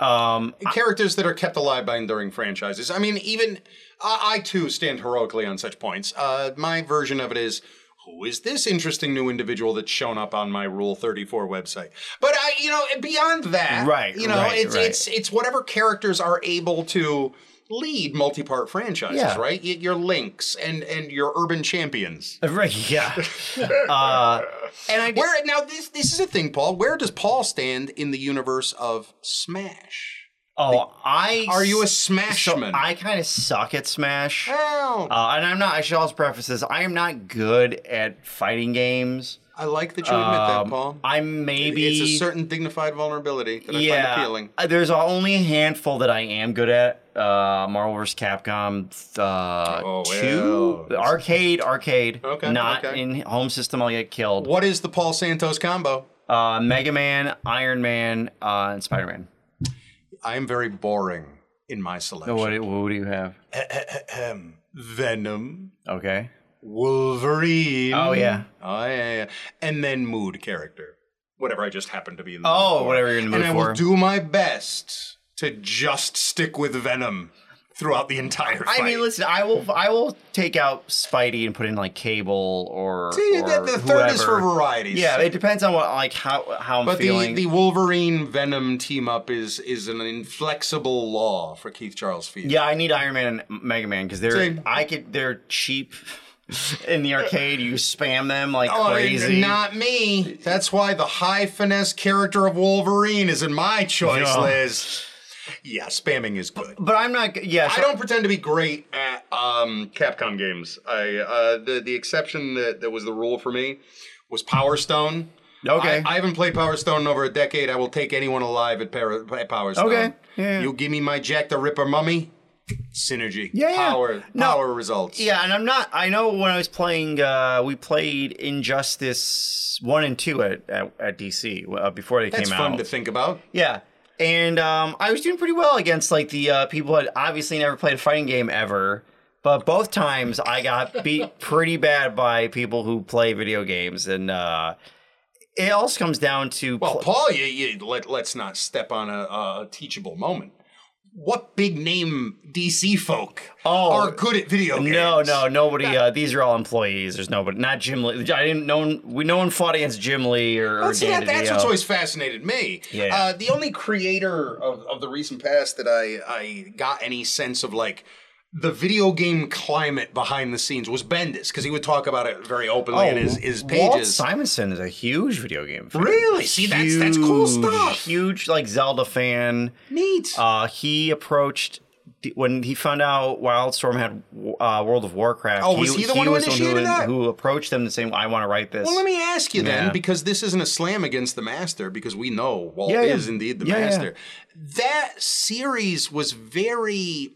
[SPEAKER 3] Um,
[SPEAKER 2] characters that are kept alive by enduring franchises. I mean, even I, I too stand heroically on such points. Uh, my version of it is. Who is this interesting new individual that's shown up on my Rule 34 website? But I, you know, beyond that,
[SPEAKER 3] Right,
[SPEAKER 2] You know,
[SPEAKER 3] right,
[SPEAKER 2] it's
[SPEAKER 3] right.
[SPEAKER 2] it's it's whatever characters are able to lead multi-part franchises,
[SPEAKER 3] Yeah.
[SPEAKER 2] right? Y- Your links and and your urban champions.
[SPEAKER 3] right, yeah. uh, and I
[SPEAKER 2] Where now this this is a thing, Paul. Where does Paul stand in the universe of Smash?
[SPEAKER 3] oh, I
[SPEAKER 2] Are you a
[SPEAKER 3] s-
[SPEAKER 2] Smashman?
[SPEAKER 3] I kind of suck at Smash.
[SPEAKER 2] Well,
[SPEAKER 3] Uh, and I'm not. I should also preface this. I am not good at fighting games.
[SPEAKER 2] I like that you admit that,
[SPEAKER 3] Um,
[SPEAKER 2] Paul.
[SPEAKER 3] I'm maybe
[SPEAKER 2] it's a certain dignified vulnerability that I find appealing.
[SPEAKER 3] Uh, There's only a handful that I am good at. Uh, Marvel vs. Capcom uh,
[SPEAKER 2] Oh, well.
[SPEAKER 3] two, The arcade, arcade.
[SPEAKER 2] Okay,
[SPEAKER 3] Not
[SPEAKER 2] okay.
[SPEAKER 3] in home system. I'll get killed.
[SPEAKER 2] What is the Paul Santos combo?
[SPEAKER 3] Uh, Mega Man, Iron Man, uh, and Spider Man.
[SPEAKER 2] I am very boring in my selection.
[SPEAKER 3] What, do- what do you have?
[SPEAKER 2] Ahem. Venom,
[SPEAKER 3] Okay.
[SPEAKER 2] Wolverine.
[SPEAKER 3] Oh yeah.
[SPEAKER 2] Oh yeah, yeah, yeah. And then mood character, whatever I just happen to be in. The
[SPEAKER 3] Oh,
[SPEAKER 2] mood for.
[SPEAKER 3] whatever you're in the
[SPEAKER 2] And
[SPEAKER 3] mood
[SPEAKER 2] I
[SPEAKER 3] for.
[SPEAKER 2] will do my best to just stick with Venom. throughout the entire fight.
[SPEAKER 3] I mean, listen, I will I will take out Spidey and put in like Cable or
[SPEAKER 2] See, the-
[SPEAKER 3] or
[SPEAKER 2] the third is for
[SPEAKER 3] whoever.
[SPEAKER 2] varieties.
[SPEAKER 3] Yeah, it depends on what like how how I'm
[SPEAKER 2] But the,
[SPEAKER 3] feeling.
[SPEAKER 2] the Wolverine Venom team up is is an inflexible law for Keith Charles Field.
[SPEAKER 3] yeah, I need Iron Man and Mega Man because they're
[SPEAKER 2] Same.
[SPEAKER 3] I could they're cheap in the arcade. You spam them like
[SPEAKER 2] Oh,
[SPEAKER 3] crazy.
[SPEAKER 2] Not me. That's why the high finesse character of Wolverine is in my choice,
[SPEAKER 3] Yeah.
[SPEAKER 2] Liz. Yeah, spamming is good.
[SPEAKER 3] but I'm not. g- Yeah,
[SPEAKER 2] I
[SPEAKER 3] so-
[SPEAKER 2] don't pretend to be great at um, Capcom games. I uh, the the exception that, that was the rule for me was Power Stone.
[SPEAKER 3] Okay.
[SPEAKER 2] I, I haven't played Power Stone in over a decade. I will take anyone alive at, Para, at Power Stone.
[SPEAKER 3] Okay. Yeah.
[SPEAKER 2] You give me my Jack the Ripper mummy. Synergy.
[SPEAKER 3] Yeah, yeah.
[SPEAKER 2] Power.
[SPEAKER 3] No.
[SPEAKER 2] Power results.
[SPEAKER 3] Yeah, and I'm not. I know when I was playing, uh, we played Injustice one and two at at, at DC uh, before they
[SPEAKER 2] That's
[SPEAKER 3] came
[SPEAKER 2] fun
[SPEAKER 3] out.
[SPEAKER 2] to think about.
[SPEAKER 3] yeah, and um, I was doing pretty well against like the uh, people who had obviously never played a fighting game ever. But both times I got beat pretty bad by people who play video games, and uh, it also comes down to
[SPEAKER 2] Well,
[SPEAKER 3] pl-
[SPEAKER 2] Paul, you, you, let, let's not step on a, a teachable moment. What big name DC folk
[SPEAKER 3] Oh.
[SPEAKER 2] are good at video games?
[SPEAKER 3] No, no, nobody. Uh, these are all employees. There's nobody. Not Jim Lee. I didn't. No one. We no one fought against Jim Lee or.
[SPEAKER 2] Well, see,
[SPEAKER 3] Dan
[SPEAKER 2] that, that's
[SPEAKER 3] DiDio.
[SPEAKER 2] what's always fascinated me.
[SPEAKER 3] Yeah.
[SPEAKER 2] Uh, the only creator of, of the recent past that I, I got any sense of like the video game climate behind the scenes was Bendis because he would talk about it very openly
[SPEAKER 3] Oh,
[SPEAKER 2] in his, his
[SPEAKER 3] Walt
[SPEAKER 2] pages.
[SPEAKER 3] Simonson is a huge video game fan.
[SPEAKER 2] Really? See, that's that's cool
[SPEAKER 3] Huge,
[SPEAKER 2] stuff.
[SPEAKER 3] Huge like Zelda fan.
[SPEAKER 2] Neat.
[SPEAKER 3] Uh, he approached when he found out Wildstorm had uh, World of Warcraft.
[SPEAKER 2] Oh, was he the one who
[SPEAKER 3] was
[SPEAKER 2] initiated that?
[SPEAKER 3] who approached them and saying, "I want to write this."
[SPEAKER 2] Well, let me ask you then,
[SPEAKER 3] Yeah.
[SPEAKER 2] because this isn't a slam against the master, because we know Walt
[SPEAKER 3] Yeah, yeah.
[SPEAKER 2] is indeed the
[SPEAKER 3] Yeah, yeah.
[SPEAKER 2] master. That series was very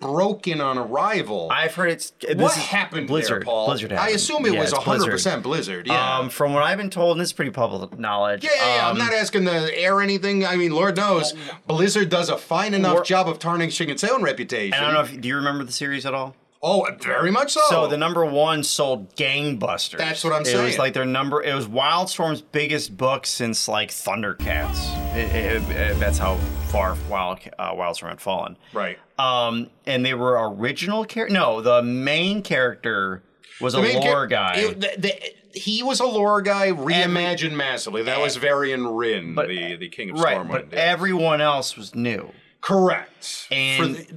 [SPEAKER 2] broken on arrival.
[SPEAKER 3] I've heard it's this
[SPEAKER 2] what
[SPEAKER 3] is
[SPEAKER 2] happened
[SPEAKER 3] Blizzard,
[SPEAKER 2] there, Paul?
[SPEAKER 3] Blizzard.
[SPEAKER 2] I
[SPEAKER 3] happened.
[SPEAKER 2] assume it
[SPEAKER 3] Yeah,
[SPEAKER 2] was
[SPEAKER 3] it's Blizzard.
[SPEAKER 2] 100% Blizzard. yeah.
[SPEAKER 3] Um, from what I've been told, and this is pretty public knowledge.
[SPEAKER 2] yeah, yeah, yeah.
[SPEAKER 3] um,
[SPEAKER 2] I'm not asking to air anything. I mean, Lord knows, Blizzard does a fine enough
[SPEAKER 3] We're-
[SPEAKER 2] job of tarnishing its own reputation.
[SPEAKER 3] I don't know if do you remember the series at all.
[SPEAKER 2] oh, very much so.
[SPEAKER 3] So the number one sold gangbusters.
[SPEAKER 2] That's what I'm
[SPEAKER 3] It
[SPEAKER 2] saying.
[SPEAKER 3] was like their number. It was Wildstorm's biggest book since like Thundercats. It- it- it- that's how far Wild uh, Wildstorm had fallen.
[SPEAKER 2] right.
[SPEAKER 3] Um, and they were original character. No, the main character was a
[SPEAKER 2] The main
[SPEAKER 3] lore
[SPEAKER 2] char-
[SPEAKER 3] guy.
[SPEAKER 2] it- the- the- he was a lore guy reimagined massively. That was Varian Rin,
[SPEAKER 3] But-
[SPEAKER 2] the, the king of
[SPEAKER 3] right,
[SPEAKER 2] Stormwind.
[SPEAKER 3] but
[SPEAKER 2] yeah.
[SPEAKER 3] everyone else was new.
[SPEAKER 2] Correct.
[SPEAKER 3] And-
[SPEAKER 2] For the,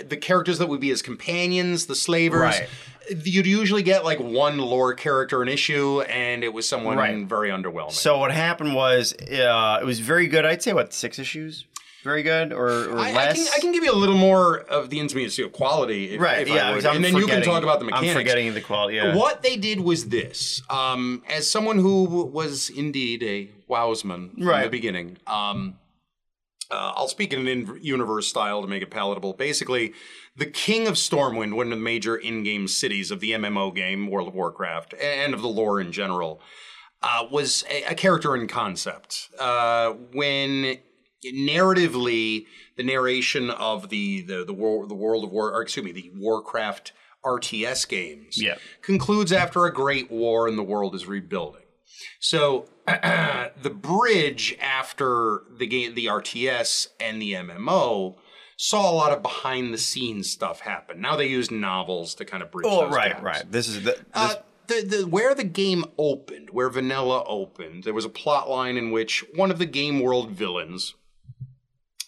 [SPEAKER 2] the the characters that would be his companions, the slavers,
[SPEAKER 3] Right.
[SPEAKER 2] you'd usually get like one lore character an issue, and it was someone
[SPEAKER 3] Right.
[SPEAKER 2] very underwhelming.
[SPEAKER 3] So what happened was uh, it was very good. I'd say what six issues, very good or, or
[SPEAKER 2] I, I
[SPEAKER 3] less.
[SPEAKER 2] can, I can give you a little more of the intimacy of quality, if,
[SPEAKER 3] right,
[SPEAKER 2] if
[SPEAKER 3] yeah,
[SPEAKER 2] I would.
[SPEAKER 3] because I'm
[SPEAKER 2] and then you can
[SPEAKER 3] forgetting-
[SPEAKER 2] talk about the mechanics.
[SPEAKER 3] I'm forgetting the quality. Yeah.
[SPEAKER 2] What they did was this. Um, as someone who was indeed a wowsman from the
[SPEAKER 3] Right.
[SPEAKER 2] beginning, um, uh, I'll speak in an in- universe style to make it palatable. Basically, the king of Stormwind, one of the major in game cities of the MMO game, World of Warcraft, a- and of the lore in general, uh, was a, a character in concept. Uh, when narratively, the narration of the the the, wor- the World of War, or excuse me, the Warcraft RTS games,
[SPEAKER 3] Yeah.
[SPEAKER 2] concludes after a great war and the world is rebuilding. So the bridge after the game, the RTS and the MMO. Saw a lot of behind the scenes stuff happen. Now they use novels to kind of bridge.
[SPEAKER 3] Oh,
[SPEAKER 2] those
[SPEAKER 3] right,
[SPEAKER 2] gaps.
[SPEAKER 3] right. This is the. This,
[SPEAKER 2] Uh, the, the where the game opened, where Vanilla opened, there was a plot line in which one of the game world villains,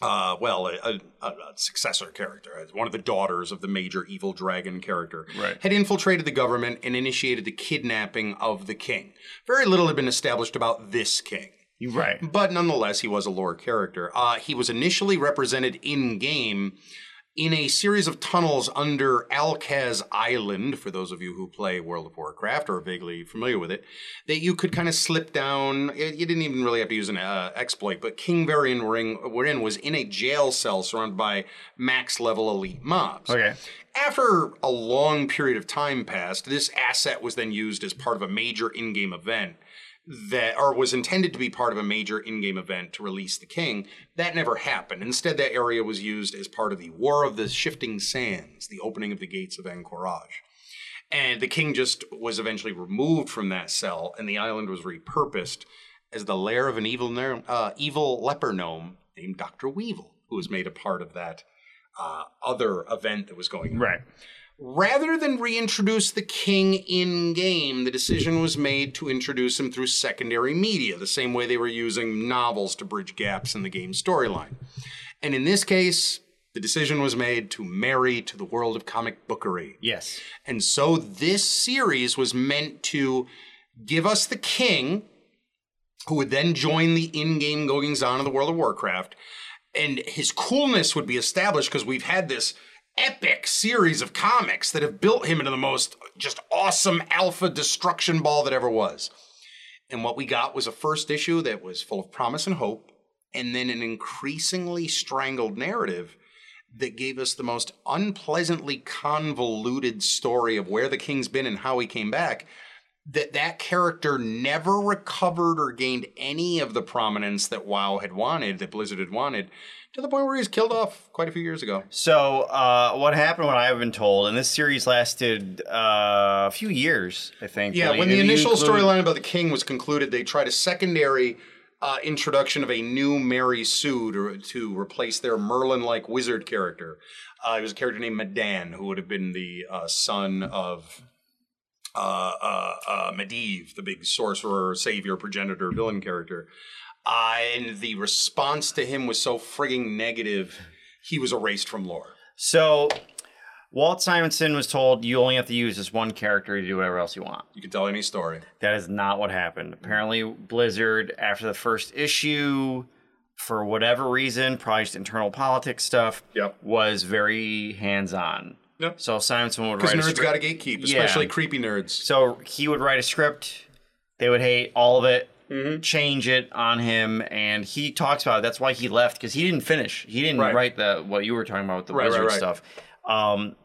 [SPEAKER 2] uh, well, a, a, a successor character, as one of the daughters of the major evil dragon character,
[SPEAKER 3] Right.
[SPEAKER 2] had infiltrated the government and initiated the kidnapping of the king. Very little had been established about this king.
[SPEAKER 3] you right.
[SPEAKER 2] But nonetheless, he was a lore character. Uh, he was initially represented in game in a series of tunnels under Alkaz Island, for those of you who play World of Warcraft or are vaguely familiar with it, that you could kind of slip down. It, you didn't even really have to use an uh, exploit, but King Varian Ring Rin was in a jail cell surrounded by max level elite mobs.
[SPEAKER 3] Okay.
[SPEAKER 2] After a long period of time passed, this asset was then used as part of a major in game event that or was intended to be part of a major in-game event to release the king that never happened instead that area was used as part of the war of the shifting sands the opening of the gates of anchorage and the king just was eventually removed from that cell and the island was repurposed as the lair of an evil ner- uh, evil leper gnome named dr weevil who was made a part of that uh, other event that was going on.
[SPEAKER 4] Right.
[SPEAKER 2] Rather than reintroduce the king in game, the decision was made to introduce him through secondary media, the same way they were using novels to bridge gaps in the game's storyline. And in this case, the decision was made to marry to the world of comic bookery.
[SPEAKER 4] Yes.
[SPEAKER 2] And so this series was meant to give us the king, who would then join the in game goings on of the World of Warcraft. And his coolness would be established because we've had this epic series of comics that have built him into the most just awesome alpha destruction ball that ever was. And what we got was a first issue that was full of promise and hope, and then an increasingly strangled narrative that gave us the most unpleasantly convoluted story of where the king's been and how he came back that that character never recovered or gained any of the prominence that wow had wanted that blizzard had wanted to the point where he was killed off quite a few years ago
[SPEAKER 3] So, uh, what happened? What I've been told, and this series lasted uh, a few years, I think.
[SPEAKER 2] yeah
[SPEAKER 3] Like,
[SPEAKER 2] when the
[SPEAKER 3] if you
[SPEAKER 2] initial
[SPEAKER 3] include-
[SPEAKER 2] storyline about the king was concluded they tried a secondary uh, introduction of a new mary sue to, to replace their merlin-like wizard character uh, it was a character named madan who would have been the uh, son of uh, uh, uh, Medivh, the big sorcerer, savior, progenitor, villain character. Uh, and the response to him was so frigging negative, he was erased from lore.
[SPEAKER 3] So, Walt Simonson was told you only have to use this one character to do whatever else you want.
[SPEAKER 2] You can tell any story.
[SPEAKER 3] That is not what happened. Apparently, Blizzard, after the first issue, for whatever reason, probably just internal politics stuff,
[SPEAKER 2] Yep.
[SPEAKER 3] was very hands on.
[SPEAKER 2] Yep.
[SPEAKER 3] So Simonson would
[SPEAKER 2] Because
[SPEAKER 3] write a
[SPEAKER 2] nerds
[SPEAKER 3] script.
[SPEAKER 2] got to gatekeep,
[SPEAKER 3] Yeah.
[SPEAKER 2] especially creepy nerds.
[SPEAKER 3] so he would write a script. They would hate all of it,
[SPEAKER 2] Mm-hmm.
[SPEAKER 3] change it on him, and he talks about it. That's why he left because he didn't finish. He didn't
[SPEAKER 2] Right.
[SPEAKER 3] write the what you were talking about with the
[SPEAKER 2] Right, right,
[SPEAKER 3] Blizzard
[SPEAKER 2] right.
[SPEAKER 3] stuff. Um,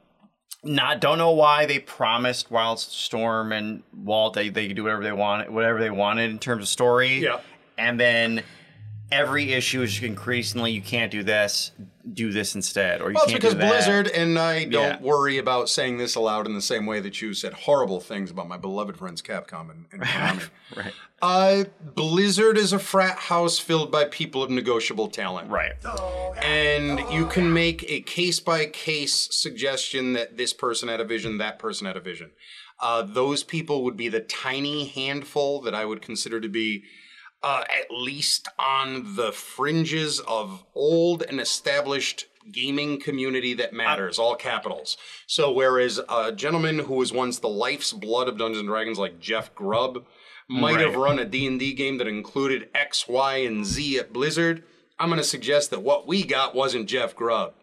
[SPEAKER 3] not don't know why they promised Wildstorm and Walt they they could do whatever they wanted, whatever they wanted in terms of story.
[SPEAKER 2] Yeah.
[SPEAKER 3] And then every issue is just increasingly you can't do this, do this instead, or you
[SPEAKER 2] Well, it's
[SPEAKER 3] can't
[SPEAKER 2] because
[SPEAKER 3] do that.
[SPEAKER 2] Blizzard, and I don't
[SPEAKER 3] Yeah.
[SPEAKER 2] worry about saying this aloud in the same way that you said horrible things about my beloved friends Capcom and, and Konami.
[SPEAKER 3] Right.
[SPEAKER 2] uh, Blizzard is a frat house filled by people of negotiable talent.
[SPEAKER 3] Right.
[SPEAKER 2] and you can make a case by case suggestion that this person had a vision, that person had a vision. Uh, those people would be the tiny handful that I would consider to be uh, at least on the fringes of old and established gaming community that matters, all capitals. So, whereas a gentleman who was once the life's blood of Dungeons and Dragons, like Jeff Grubb, might have run a D&D game that included X, Y, and Z at Blizzard, I'm going to suggest that what we got wasn't Jeff Grubb.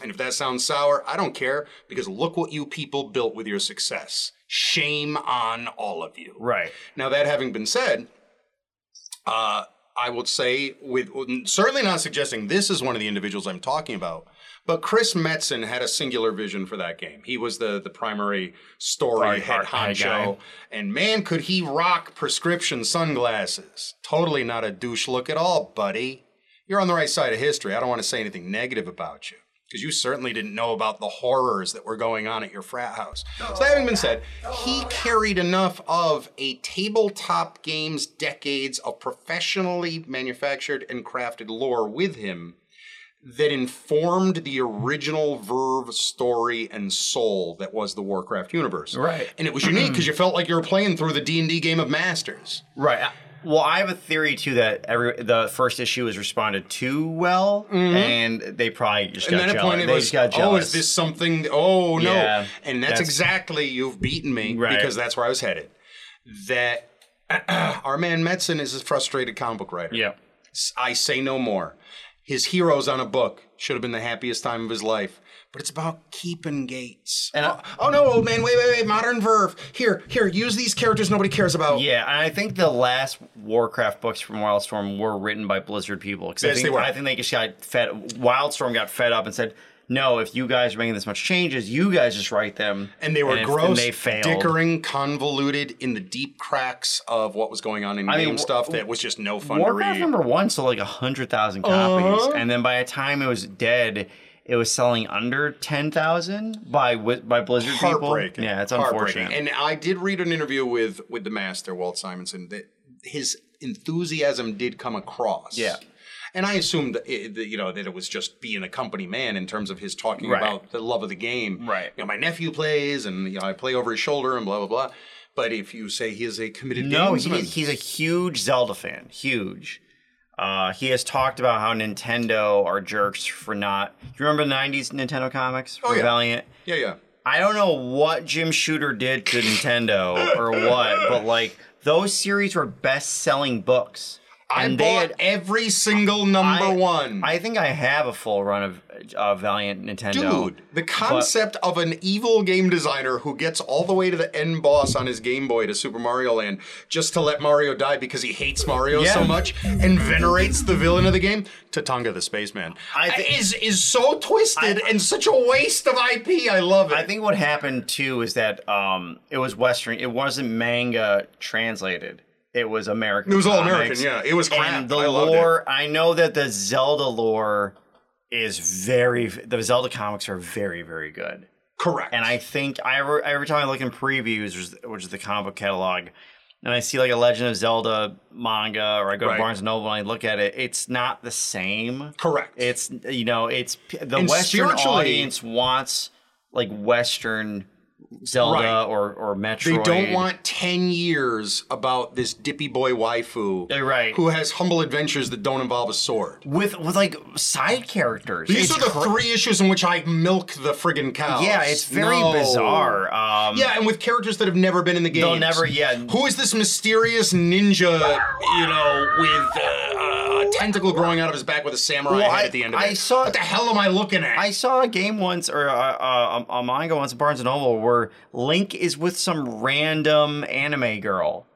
[SPEAKER 2] And if that sounds sour, I don't care because look what you people built with your success. Shame on all of you.
[SPEAKER 3] Right.
[SPEAKER 2] Now, that having been said, uh, I would say, with certainly not suggesting this is one of the individuals I'm talking about, but Chris Metzen had a singular vision for that game. He was the the primary story
[SPEAKER 3] Right,
[SPEAKER 2] head
[SPEAKER 3] art guy
[SPEAKER 2] honcho,
[SPEAKER 3] guy.
[SPEAKER 2] and man, could he rock prescription sunglasses! Totally not a douche look at all, buddy. You're on the right side of history. I don't want to say anything negative about you. Because you certainly didn't know about the horrors that were going on at your frat house. So, that having been said, he carried enough of a tabletop game's decades of professionally manufactured and crafted lore with him that informed the original Verve story and soul that was the Warcraft universe.
[SPEAKER 3] Right.
[SPEAKER 2] And it was unique because you felt like you were playing through the D&D game of Masters.
[SPEAKER 3] Right. I- Well, I have a theory too that every the first issue was responded too well, and they probably just
[SPEAKER 2] Mm-hmm. and then at
[SPEAKER 3] got
[SPEAKER 2] a
[SPEAKER 3] jealous.
[SPEAKER 2] point it
[SPEAKER 3] they
[SPEAKER 2] was,
[SPEAKER 3] just got jealous.
[SPEAKER 2] oh, is this something? Oh no!
[SPEAKER 3] Yeah,
[SPEAKER 2] and that's,
[SPEAKER 3] that's-
[SPEAKER 2] exactly you've beaten me
[SPEAKER 3] Right.
[SPEAKER 2] because that's where I was headed. That our man Metzen is a frustrated comic book writer.
[SPEAKER 3] Yeah.
[SPEAKER 2] S- I say no more. His heroes on a book should have been the happiest time of his life, but it's about keeping gates.
[SPEAKER 3] And I-
[SPEAKER 2] oh, oh no, old man! Wait, wait, wait! Modern Verve. Here, here. Use these characters nobody cares about.
[SPEAKER 3] Yeah, and I think the last Warcraft books from Wildstorm were written by Blizzard people. 'cause I
[SPEAKER 2] Yes,
[SPEAKER 3] think,
[SPEAKER 2] they were.
[SPEAKER 3] I think they just got fed. Wildstorm got fed up and said, "No, if you guys are making this much changes, you guys just write them."
[SPEAKER 2] And they were
[SPEAKER 3] if-
[SPEAKER 2] gross,
[SPEAKER 3] And they failed.
[SPEAKER 2] dickering, convoluted in the deep cracks of what was going on in
[SPEAKER 3] I mean,
[SPEAKER 2] game
[SPEAKER 3] Wa-
[SPEAKER 2] stuff that was just no fun to
[SPEAKER 3] Warcraft
[SPEAKER 2] read.
[SPEAKER 3] number one sold like hundred thousand copies,
[SPEAKER 2] Uh-huh.
[SPEAKER 3] and then by the time it was dead, it was selling under ten thousand by Wi- by Blizzard people.
[SPEAKER 2] heartbreaking.
[SPEAKER 3] Yeah, it's
[SPEAKER 2] Heartbreaking.
[SPEAKER 3] unfortunate.
[SPEAKER 2] And I did read an interview with with the master Walt Simonson that his enthusiasm did come across.
[SPEAKER 3] Yeah.
[SPEAKER 2] And I assumed, it, that, you know, that it was just being a company man in terms of his talking
[SPEAKER 3] Right.
[SPEAKER 2] about the love of the game.
[SPEAKER 3] Right.
[SPEAKER 2] You know, my nephew plays, and you know, I play over his shoulder, and blah blah blah. But if you say he is a committed
[SPEAKER 3] No,
[SPEAKER 2] gamesman-
[SPEAKER 3] he, he's a huge Zelda fan. Huge. Uh, he has talked about how Nintendo are jerks for not. You remember the '90s Nintendo comics? Oh
[SPEAKER 2] yeah.
[SPEAKER 3] Valiant.
[SPEAKER 2] yeah, yeah,
[SPEAKER 3] I don't know what Jim Shooter did to Nintendo or what, but like those series were best-selling books,
[SPEAKER 2] I bought every single number
[SPEAKER 3] I-
[SPEAKER 2] one.
[SPEAKER 3] I think I have a full run of uh, Valiant Nintendo.
[SPEAKER 2] Dude, the concept of an evil game designer who gets all the way to the end boss on his Game Boy to Super Mario Land just to let Mario die because he hates Mario so
[SPEAKER 3] Yeah.
[SPEAKER 2] much and venerates the villain of the game, Tatanka the Spaceman,
[SPEAKER 3] I thi-
[SPEAKER 2] is is so twisted and such a waste of IP. I love it.
[SPEAKER 3] I think what happened too is that um, it was Western. It wasn't manga translated. It was American.
[SPEAKER 2] it was all
[SPEAKER 3] comics.
[SPEAKER 2] American. Yeah, it was crap.
[SPEAKER 3] And the
[SPEAKER 2] I loved it.
[SPEAKER 3] lore, I know that the Zelda lore is very. The Zelda comics are very, very good.
[SPEAKER 2] correct.
[SPEAKER 3] And I think I re- every time I look in previews, which is- which is the comic book catalog, and I see like a Legend of Zelda manga, or I go
[SPEAKER 2] Right.
[SPEAKER 3] to Barnes and Noble and I look at it, it's not the same.
[SPEAKER 2] correct.
[SPEAKER 3] It's you know, it's p- the
[SPEAKER 2] And
[SPEAKER 3] Western
[SPEAKER 2] spiritually-
[SPEAKER 3] audience wants like Western Zelda
[SPEAKER 2] Right.
[SPEAKER 3] or or Metroid.
[SPEAKER 2] They don't want 10 years about this dippy boy waifu
[SPEAKER 3] You're right.
[SPEAKER 2] who has humble adventures that don't involve a sword.
[SPEAKER 3] with with like side characters.
[SPEAKER 2] These
[SPEAKER 3] It's
[SPEAKER 2] are the
[SPEAKER 3] cra-
[SPEAKER 2] three issues in which I milk the friggin' cows.
[SPEAKER 3] Yeah, it's very
[SPEAKER 2] No.
[SPEAKER 3] bizarre. Um,
[SPEAKER 2] Yeah, and with characters that have never been in the game.
[SPEAKER 3] They'll never- yeah.
[SPEAKER 2] Who is this mysterious ninja, you know, with uh, a tentacle growing out of his back with a samurai
[SPEAKER 3] Well,
[SPEAKER 2] head
[SPEAKER 3] I-
[SPEAKER 2] at the end of
[SPEAKER 3] I
[SPEAKER 2] it?
[SPEAKER 3] saw-
[SPEAKER 2] What the hell am I looking at?
[SPEAKER 3] I saw a game once, or a, a, a manga once, at Barnes and Noble, where Link is with some random anime girl.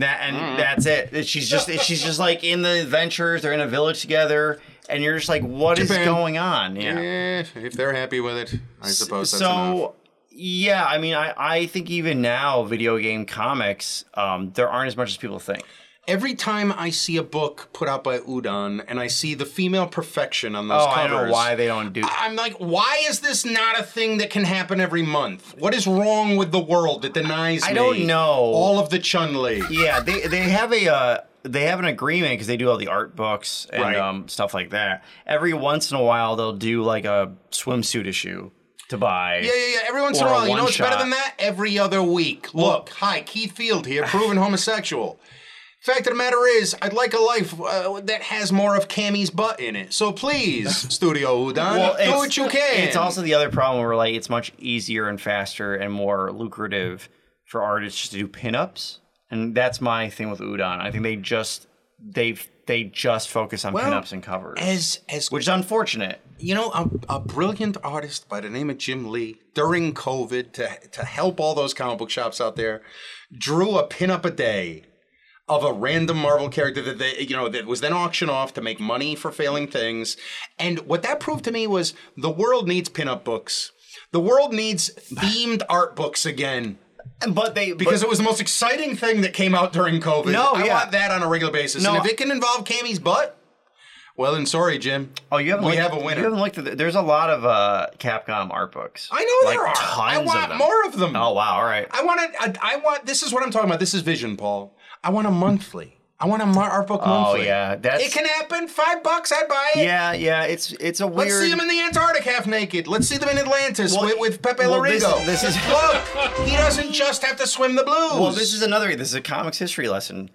[SPEAKER 3] That and that's it. That She's just she's just like in the adventures. They're in a village together, and you're just like, what is
[SPEAKER 2] Japan.
[SPEAKER 3] going on? Yeah.
[SPEAKER 2] Eh, if they're happy with it, I suppose that's
[SPEAKER 3] so
[SPEAKER 2] enough.
[SPEAKER 3] yeah, I mean, I I think even now, video game comics, um, there aren't as much as people think.
[SPEAKER 2] Every time I see a book put out by Udon and I see the female perfection on those
[SPEAKER 3] Oh, I
[SPEAKER 2] covers,
[SPEAKER 3] don't know why they don't do.
[SPEAKER 2] I'm like, why is this not a thing that can happen every month? What is wrong with the world that denies
[SPEAKER 3] I
[SPEAKER 2] me
[SPEAKER 3] don't know.
[SPEAKER 2] all of the Chun Li?
[SPEAKER 3] Yeah, they they have a uh, they have an agreement because they do all the art books and
[SPEAKER 2] Right.
[SPEAKER 3] um, stuff like that. Every once in a while, they'll do like a swimsuit issue to buy.
[SPEAKER 2] Yeah, yeah, yeah. Every once in a
[SPEAKER 3] Or a
[SPEAKER 2] while, you know what's better
[SPEAKER 3] one-shot.
[SPEAKER 2] than that? Every other week. Look, hi, Keith Field here, proven homosexual. Fact of the matter is, I'd like a life uh, that has more of Cammy's butt in it. So please, Studio Udon, do
[SPEAKER 3] it's-
[SPEAKER 2] what you can.
[SPEAKER 3] It's also the other problem where like it's much easier and faster and more lucrative for artists to do pinups, and that's my thing with Udon. I think they just they they just focus on pinups and covers,
[SPEAKER 2] as as
[SPEAKER 3] which is unfortunate.
[SPEAKER 2] you know, a, a brilliant artist by the name of Jim Lee during COVID to to help all those comic book shops out there, drew a pinup a day of a random Marvel character that they, you know, that was then auctioned off to make money for failing things. And what that proved to me was the world needs pinup books. The world needs themed art books again
[SPEAKER 3] But they
[SPEAKER 2] because it was the most exciting thing that came out during COVID.
[SPEAKER 3] No,
[SPEAKER 2] I
[SPEAKER 3] yeah.
[SPEAKER 2] want that on a regular basis.
[SPEAKER 3] No,
[SPEAKER 2] and if
[SPEAKER 3] I-
[SPEAKER 2] it can involve Cammy's butt, well, then sorry, Jim.
[SPEAKER 3] Oh, you haven't.
[SPEAKER 2] We
[SPEAKER 3] looked,
[SPEAKER 2] have a winner.
[SPEAKER 3] You haven't looked at. The, there's a lot of uh, Capcom art books.
[SPEAKER 2] I know
[SPEAKER 3] like,
[SPEAKER 2] there are.
[SPEAKER 3] Tons
[SPEAKER 2] I want
[SPEAKER 3] of them.
[SPEAKER 2] more of them.
[SPEAKER 3] Oh wow! All right.
[SPEAKER 2] I want to. I, I want. This is what I'm talking about. This is vision, Paul. I want a monthly. I want a mar- art book
[SPEAKER 3] oh
[SPEAKER 2] monthly.
[SPEAKER 3] yeah, that's
[SPEAKER 2] It can happen. Five bucks, I'd buy it.
[SPEAKER 3] yeah, yeah. It's it's a weird.
[SPEAKER 2] Let's see them in the Antarctic half naked. Let's see them in Atlantis
[SPEAKER 3] Well,
[SPEAKER 2] with, with Pepe
[SPEAKER 3] well, this-
[SPEAKER 2] Larigo.
[SPEAKER 3] this is-
[SPEAKER 2] look. He doesn't just have to swim the blues.
[SPEAKER 3] well, this is another. This is a comics history lesson.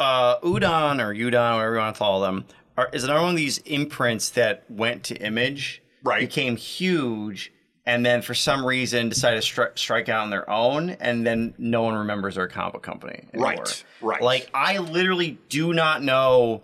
[SPEAKER 3] Uh, Udon or Udon, whatever you want to call them, are, is another one of these imprints that went to Image,
[SPEAKER 2] Right.
[SPEAKER 3] Became huge, and then for some reason decided to stri- strike out on their own, and then no one remembers their comic book company. anymore.
[SPEAKER 2] Right, right.
[SPEAKER 3] Like I literally do not know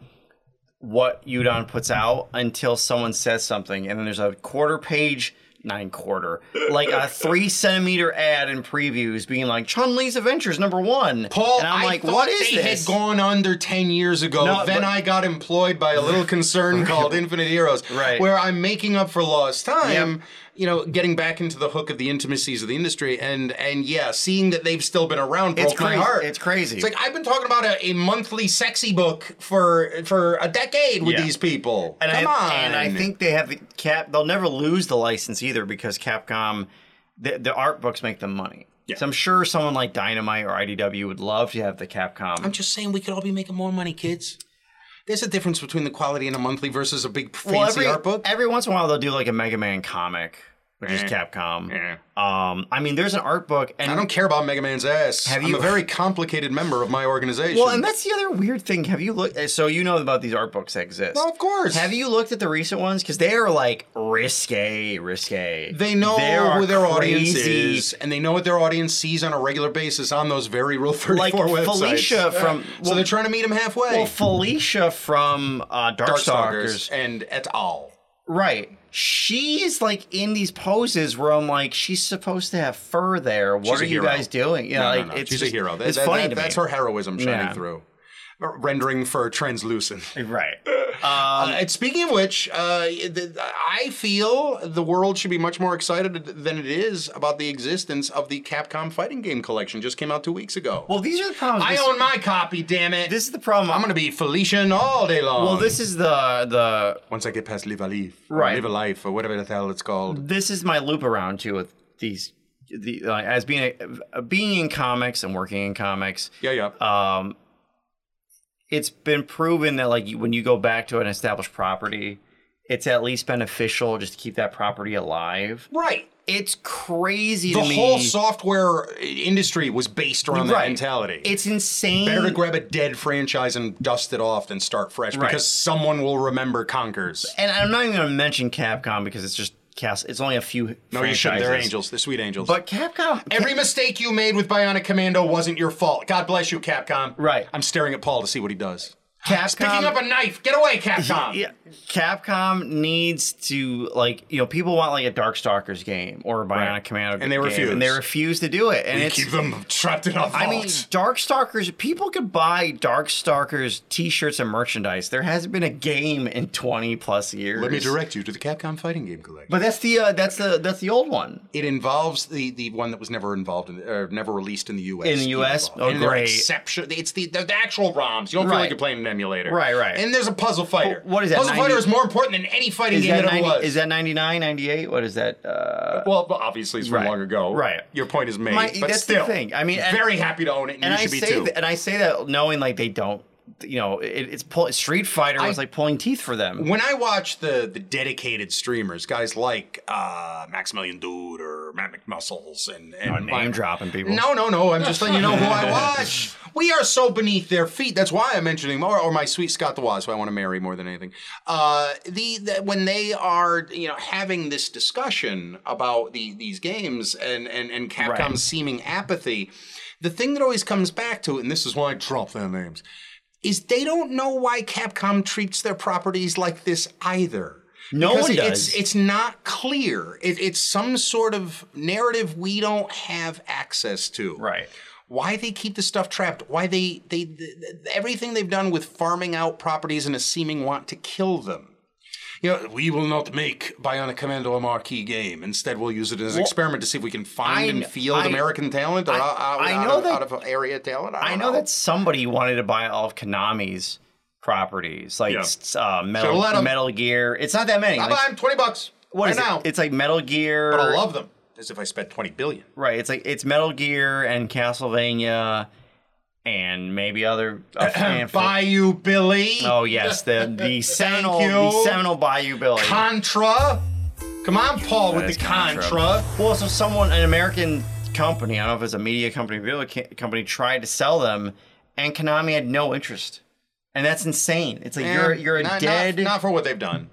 [SPEAKER 3] what Udon puts out until someone says something, and then there's a quarter page, nine quarter, like a three centimeter ad in previews being like Chun Li's Adventures number one.
[SPEAKER 2] Paul,
[SPEAKER 3] and I'm
[SPEAKER 2] I
[SPEAKER 3] like,
[SPEAKER 2] thought
[SPEAKER 3] what is
[SPEAKER 2] they
[SPEAKER 3] this?
[SPEAKER 2] had gone under 10 years ago.
[SPEAKER 3] No,
[SPEAKER 2] then
[SPEAKER 3] but-
[SPEAKER 2] I got employed by a little concern called Infinite Heroes,
[SPEAKER 3] Right.
[SPEAKER 2] where I'm making up for lost time,
[SPEAKER 3] Yep.
[SPEAKER 2] you know, getting back into the hook of the intimacies of the industry. And and yeah, seeing that they've still been around broke
[SPEAKER 3] It's
[SPEAKER 2] my
[SPEAKER 3] crazy.
[SPEAKER 2] heart.
[SPEAKER 3] It's crazy.
[SPEAKER 2] It's like I've been talking about a, a monthly sexy book for for a decade with
[SPEAKER 3] Yeah.
[SPEAKER 2] these people.
[SPEAKER 3] and
[SPEAKER 2] Come
[SPEAKER 3] I,
[SPEAKER 2] on.
[SPEAKER 3] And I think they have the cap. They'll never lose the license either because Capcom, the, the art books make them money.
[SPEAKER 2] Yeah.
[SPEAKER 3] So I'm sure someone like Dynamite or IDW would love to have the Capcom.
[SPEAKER 2] I'm just saying we could all be making more money, kids. There's a difference between the quality in a monthly versus a big fancy
[SPEAKER 3] well, every,
[SPEAKER 2] art book.
[SPEAKER 3] every once in a while they'll do like a Mega Man comic, which is Capcom. Um, I mean, there's an art book, and
[SPEAKER 2] I don't care about Mega Man's ass.
[SPEAKER 3] Have
[SPEAKER 2] I'm
[SPEAKER 3] you-
[SPEAKER 2] a very complicated member of my organization.
[SPEAKER 3] well, and that's the other weird thing. Have you looked? So you know about these art books that exist.
[SPEAKER 2] Well, of course.
[SPEAKER 3] Have you looked at the recent ones? Because they are like risque, risque.
[SPEAKER 2] They know
[SPEAKER 3] They are
[SPEAKER 2] who their audience
[SPEAKER 3] crazy.
[SPEAKER 2] is, and they know what their audience sees on a regular basis on those very real 34
[SPEAKER 3] Like
[SPEAKER 2] websites.
[SPEAKER 3] Felicia from-
[SPEAKER 2] so they're trying to meet him halfway.
[SPEAKER 3] Well, Felicia from uh, Darkstalkers,
[SPEAKER 2] Darkstalkers and et al.
[SPEAKER 3] right? She's like in these poses where I'm like, she's supposed to have fur there. What
[SPEAKER 2] She's
[SPEAKER 3] are
[SPEAKER 2] a
[SPEAKER 3] you
[SPEAKER 2] hero.
[SPEAKER 3] guys doing? Yeah,
[SPEAKER 2] No,
[SPEAKER 3] like
[SPEAKER 2] no, no,
[SPEAKER 3] it's
[SPEAKER 2] she's a
[SPEAKER 3] just-
[SPEAKER 2] hero. That-
[SPEAKER 3] it's
[SPEAKER 2] that-
[SPEAKER 3] funny
[SPEAKER 2] that-
[SPEAKER 3] to me.
[SPEAKER 2] That's her heroism shining
[SPEAKER 3] Yeah.
[SPEAKER 2] through, R- rendering for translucent.
[SPEAKER 3] Right. Uh,
[SPEAKER 2] Uh, and speaking of which, uh, th- I feel the world should be much more excited than it is about the existence of the Capcom fighting game collection. Just came out two weeks ago.
[SPEAKER 3] well, these are the problems.
[SPEAKER 2] I
[SPEAKER 3] This-
[SPEAKER 2] own my copy, damn it.
[SPEAKER 3] This is the problem.
[SPEAKER 2] I'm gonna be Felician all day long.
[SPEAKER 3] Well, this is the the
[SPEAKER 2] once I get past Live a Life, or
[SPEAKER 3] Right.
[SPEAKER 2] Live a Life, or whatever the hell it's called.
[SPEAKER 3] this is my loop around too with these the uh, as being a, being in comics and working in comics.
[SPEAKER 2] Yeah, yeah.
[SPEAKER 3] Um, it's been proven that like you- when you go back to an established property, it's at least beneficial just to keep that property alive.
[SPEAKER 2] right.
[SPEAKER 3] It's crazy
[SPEAKER 2] The
[SPEAKER 3] to me.
[SPEAKER 2] whole software industry was based around that
[SPEAKER 3] Right.
[SPEAKER 2] mentality.
[SPEAKER 3] it's insane.
[SPEAKER 2] Better to grab a dead franchise and dust it off than start fresh
[SPEAKER 3] Right.
[SPEAKER 2] because someone will remember Conkers.
[SPEAKER 3] and I'm not even going to mention Capcom because it's just cast. It's only a few.
[SPEAKER 2] No, you shouldn't. They're
[SPEAKER 3] franchises.
[SPEAKER 2] angels. They're sweet angels.
[SPEAKER 3] But Capcom,
[SPEAKER 2] Every mistake you made with Bionic Commando wasn't your fault. God bless you, Capcom.
[SPEAKER 3] Right.
[SPEAKER 2] I'm staring at Paul to see what he does.
[SPEAKER 3] Capcom,
[SPEAKER 2] He's picking up a knife. Get away, Capcom.
[SPEAKER 3] Yeah, Capcom needs to like you know people want like a Darkstalkers game or a Bionic
[SPEAKER 2] Right.
[SPEAKER 3] Commando,
[SPEAKER 2] And they
[SPEAKER 3] game,
[SPEAKER 2] refuse.
[SPEAKER 3] and they refuse to do it. And it's
[SPEAKER 2] Keep them trapped in a vault.
[SPEAKER 3] I mean Darkstalkers. People could buy Darkstalkers T-shirts and merchandise. There hasn't been a game in twenty plus years.
[SPEAKER 2] Let me direct you to the Capcom Fighting Game Collection.
[SPEAKER 3] But that's the uh, that's the that's the old one.
[SPEAKER 2] it involves the the one that was never involved in or never released in the U.S.
[SPEAKER 3] In the US?
[SPEAKER 2] Involved.
[SPEAKER 3] Oh,
[SPEAKER 2] and they're
[SPEAKER 3] great.
[SPEAKER 2] Exception. It's the, the the actual ROMs. You don't feel
[SPEAKER 3] Right.
[SPEAKER 2] like you're playing an emulator.
[SPEAKER 3] Right, right.
[SPEAKER 2] And there's a puzzle fighter.
[SPEAKER 3] But what is that,
[SPEAKER 2] Puzzle
[SPEAKER 3] 90?
[SPEAKER 2] fighter is more important than any fighting
[SPEAKER 3] Is
[SPEAKER 2] game
[SPEAKER 3] that,
[SPEAKER 2] that, ever
[SPEAKER 3] 90,
[SPEAKER 2] was.
[SPEAKER 3] is that 99, 98? What is that? Uh,
[SPEAKER 2] well, but obviously it's from
[SPEAKER 3] Right.
[SPEAKER 2] long ago.
[SPEAKER 3] Right.
[SPEAKER 2] Your point is made.
[SPEAKER 3] My-
[SPEAKER 2] but
[SPEAKER 3] that's the
[SPEAKER 2] still,
[SPEAKER 3] thing. I mean, and-
[SPEAKER 2] very happy to own it, and,
[SPEAKER 3] and
[SPEAKER 2] you
[SPEAKER 3] I
[SPEAKER 2] should be
[SPEAKER 3] say
[SPEAKER 2] too.
[SPEAKER 3] that, and I say that knowing like they don't, you know, it, it's pull, Street Fighter was like pulling teeth for them.
[SPEAKER 2] when I watch the the dedicated streamers, guys like uh, Maximilian Dude or Matt McMuscles and, and
[SPEAKER 3] Name dropping people.
[SPEAKER 2] No, no, no. I'm just letting you know who I watch. We are so beneath their feet. That's why I'm mentioning or, or my sweet Scott the Waz, who I want to marry more than anything. Uh, the, the when they are you know having this discussion about the these games and and and Capcom's
[SPEAKER 3] Right.
[SPEAKER 2] seeming apathy, the thing that always comes back to, and this is why I drop their names, is they don't know why Capcom treats their properties like this either.
[SPEAKER 3] No
[SPEAKER 2] Because
[SPEAKER 3] one
[SPEAKER 2] it-
[SPEAKER 3] does.
[SPEAKER 2] It's, it's not clear. It, it's some sort of narrative we don't have access to.
[SPEAKER 3] Right.
[SPEAKER 2] Why they keep the stuff trapped? Why they, they th- th- everything they've done with farming out properties in a seeming want to kill them. You know, we will not make Bionic Commando a marquee game. Instead, we'll use it as an experiment to see if we can find
[SPEAKER 3] I
[SPEAKER 2] and
[SPEAKER 3] kn-
[SPEAKER 2] field
[SPEAKER 3] I-
[SPEAKER 2] American talent or
[SPEAKER 3] I-
[SPEAKER 2] out, out-
[SPEAKER 3] I
[SPEAKER 2] out
[SPEAKER 3] know
[SPEAKER 2] of,
[SPEAKER 3] that-
[SPEAKER 2] out of area talent. I,
[SPEAKER 3] I
[SPEAKER 2] don't
[SPEAKER 3] know that somebody wanted to buy all of Konami's properties, like
[SPEAKER 2] Yeah.
[SPEAKER 3] s- uh,
[SPEAKER 2] Should've let
[SPEAKER 3] Metal
[SPEAKER 2] 'em.
[SPEAKER 3] Metal Gear. It's not that many.
[SPEAKER 2] I'll
[SPEAKER 3] like,
[SPEAKER 2] buy 'em 20 bucks
[SPEAKER 3] what
[SPEAKER 2] right
[SPEAKER 3] is it?
[SPEAKER 2] now.
[SPEAKER 3] It's like Metal Gear.
[SPEAKER 2] but I love them as if I spent 20 billion.
[SPEAKER 3] Right. It's like it's Metal Gear and Castlevania, and maybe other. a handful-
[SPEAKER 2] Bayou Billy.
[SPEAKER 3] Oh yes, the the seminal the
[SPEAKER 2] you.
[SPEAKER 3] seminal Bayou Billy.
[SPEAKER 2] Contra. Come on, Paul, with
[SPEAKER 3] That's
[SPEAKER 2] the Contra.
[SPEAKER 3] Well, so someone, an American company, I don't know if it's a media company, video ca- company, tried to sell them, and Konami had no interest, and that's insane. It's like you're
[SPEAKER 2] Yeah,
[SPEAKER 3] you're a
[SPEAKER 2] Eh, not- not-
[SPEAKER 3] dead.
[SPEAKER 2] Not, for what they've done.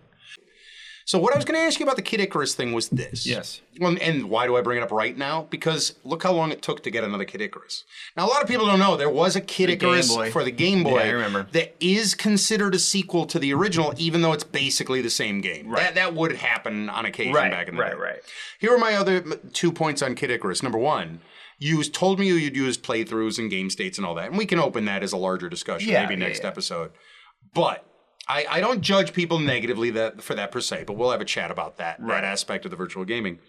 [SPEAKER 2] So what I was going to ask you about the Kid Icarus thing was this.
[SPEAKER 3] Yes.
[SPEAKER 2] Well, and why do I bring it up right now? Because look how long it took to get another Kid Icarus. Now a lot of people don't know there was a Kid
[SPEAKER 3] Game
[SPEAKER 2] Icarus
[SPEAKER 3] Boy.
[SPEAKER 2] for the Game Boy
[SPEAKER 3] Yeah, I remember.
[SPEAKER 2] that is considered a sequel to the original, even though it's basically the same game. Right. That, that would happen on occasion
[SPEAKER 3] Right,
[SPEAKER 2] back in the
[SPEAKER 3] right,
[SPEAKER 2] day.
[SPEAKER 3] right.
[SPEAKER 2] Here are my other m- two points on Kid Icarus. Number one, you told me you'd use playthroughs and game states and all that, and we can open that as a larger discussion
[SPEAKER 3] Yeah,
[SPEAKER 2] maybe
[SPEAKER 3] yeah,
[SPEAKER 2] next
[SPEAKER 3] yeah.
[SPEAKER 2] episode. But I, I don't judge people negatively that for that per se, but we'll have a chat about that that aspect of the virtual gaming.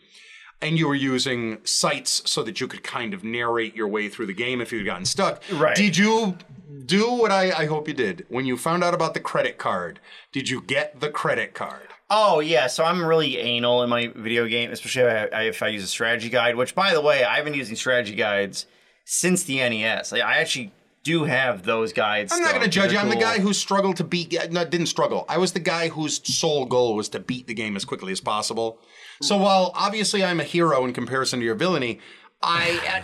[SPEAKER 2] And you were using sites so that you could kind of narrate your way through the game if you'd gotten stuck.
[SPEAKER 3] Right.
[SPEAKER 2] Did you do what I, I hope you did when you found out about the credit card? Did you get the credit card?
[SPEAKER 3] Oh yeah, so I'm really anal in my video game, especially if I, if I use a strategy guide. Which, by the way, I've been using strategy guides since the NES. E Like, I actually do have those guides.
[SPEAKER 2] I'm not
[SPEAKER 3] still.
[SPEAKER 2] going to judge you.
[SPEAKER 3] They're
[SPEAKER 2] I'm the
[SPEAKER 3] cool.
[SPEAKER 2] guy who struggled to beat. yeah, No, didn't struggle. I was the guy whose sole goal was to beat the game as quickly as possible. So
[SPEAKER 3] Hmm.
[SPEAKER 2] while obviously I'm a hero in comparison to your villainy, I uh,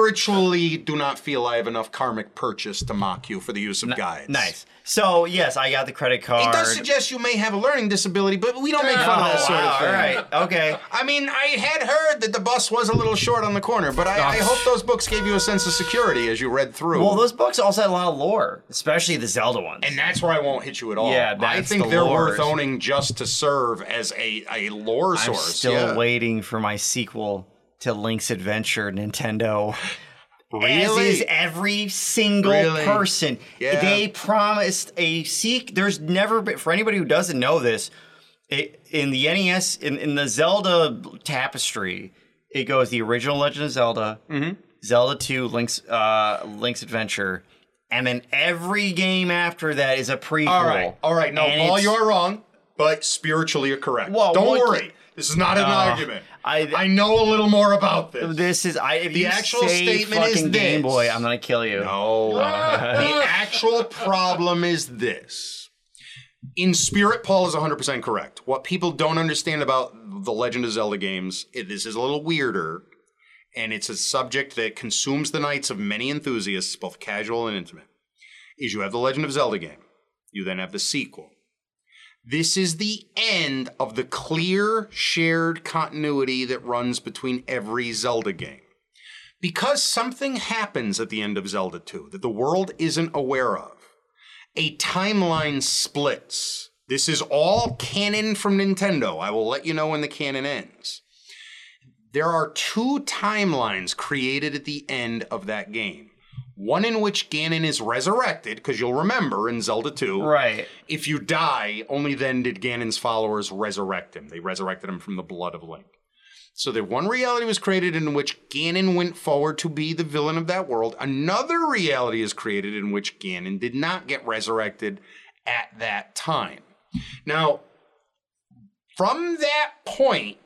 [SPEAKER 2] spiritually do not feel I have enough karmic purchase to mock you for the use of guides.
[SPEAKER 3] Nice. So yes, I got the credit card.
[SPEAKER 2] It does suggest you may have a learning disability, but we don't make
[SPEAKER 3] Oh,
[SPEAKER 2] fun of that sort
[SPEAKER 3] wow,
[SPEAKER 2] of thing.
[SPEAKER 3] All right. Okay.
[SPEAKER 2] I mean, I had heard that the bus was a little short on the corner, but I, I hope those books gave you a sense of security as you read through.
[SPEAKER 3] Well, those books also had a lot of lore, especially the Zelda ones.
[SPEAKER 2] And that's where I won't hit you at all.
[SPEAKER 3] Yeah,
[SPEAKER 2] I
[SPEAKER 3] that's
[SPEAKER 2] think
[SPEAKER 3] the
[SPEAKER 2] they're
[SPEAKER 3] lore.
[SPEAKER 2] worth owning just to serve as a, a lore
[SPEAKER 3] I'm
[SPEAKER 2] source.
[SPEAKER 3] still
[SPEAKER 2] yeah.
[SPEAKER 3] waiting for my sequel to Link's Adventure, Nintendo. As
[SPEAKER 2] Really?
[SPEAKER 3] is every single
[SPEAKER 2] Really?
[SPEAKER 3] person.
[SPEAKER 2] Yeah.
[SPEAKER 3] They promised a seek. There's never been for anybody who doesn't know this. It, in the NES, in, in the Zelda tapestry, it goes the original Legend of Zelda,
[SPEAKER 2] Mm-hmm.
[SPEAKER 3] Zelda Two, Link's uh, Link's Adventure, and then every game after that is a prequel.
[SPEAKER 2] All right, all right. No,
[SPEAKER 3] And
[SPEAKER 2] Paul,
[SPEAKER 3] it's-
[SPEAKER 2] you're wrong, but spiritually you're correct.
[SPEAKER 3] Well,
[SPEAKER 2] Don't
[SPEAKER 3] what-
[SPEAKER 2] worry. This is not an argument.
[SPEAKER 3] I-
[SPEAKER 2] know a little more about this.
[SPEAKER 3] This is I. If
[SPEAKER 2] The
[SPEAKER 3] you
[SPEAKER 2] actual
[SPEAKER 3] say
[SPEAKER 2] statement is
[SPEAKER 3] fucking Game
[SPEAKER 2] this.
[SPEAKER 3] Boy, I'm gonna kill you.
[SPEAKER 2] No. the actual problem is this. In spirit, Paul is 100% correct. What people don't understand about the Legend of Zelda games, it, this is a little weirder, and it's a subject that consumes the nights of many enthusiasts, both casual and intimate, is you have the Legend of Zelda game. You then have the sequel. This is the end of the clear shared continuity that runs between every Zelda game. Because something happens at the end of Zelda 2 that the world isn't aware of. A timeline splits. This is all canon from Nintendo. I will let you know when the canon ends. There are two timelines created at the end of that game. One in which Ganon is resurrected, because you'll remember in Zelda 2,
[SPEAKER 3] Right.
[SPEAKER 2] if you die, only then did Ganon's followers resurrect him. They resurrected him from the blood of Link. So that one reality was created in which Ganon went forward to be the villain of that world. Another reality is created in which Ganon did not get resurrected at that time. Now, from that point,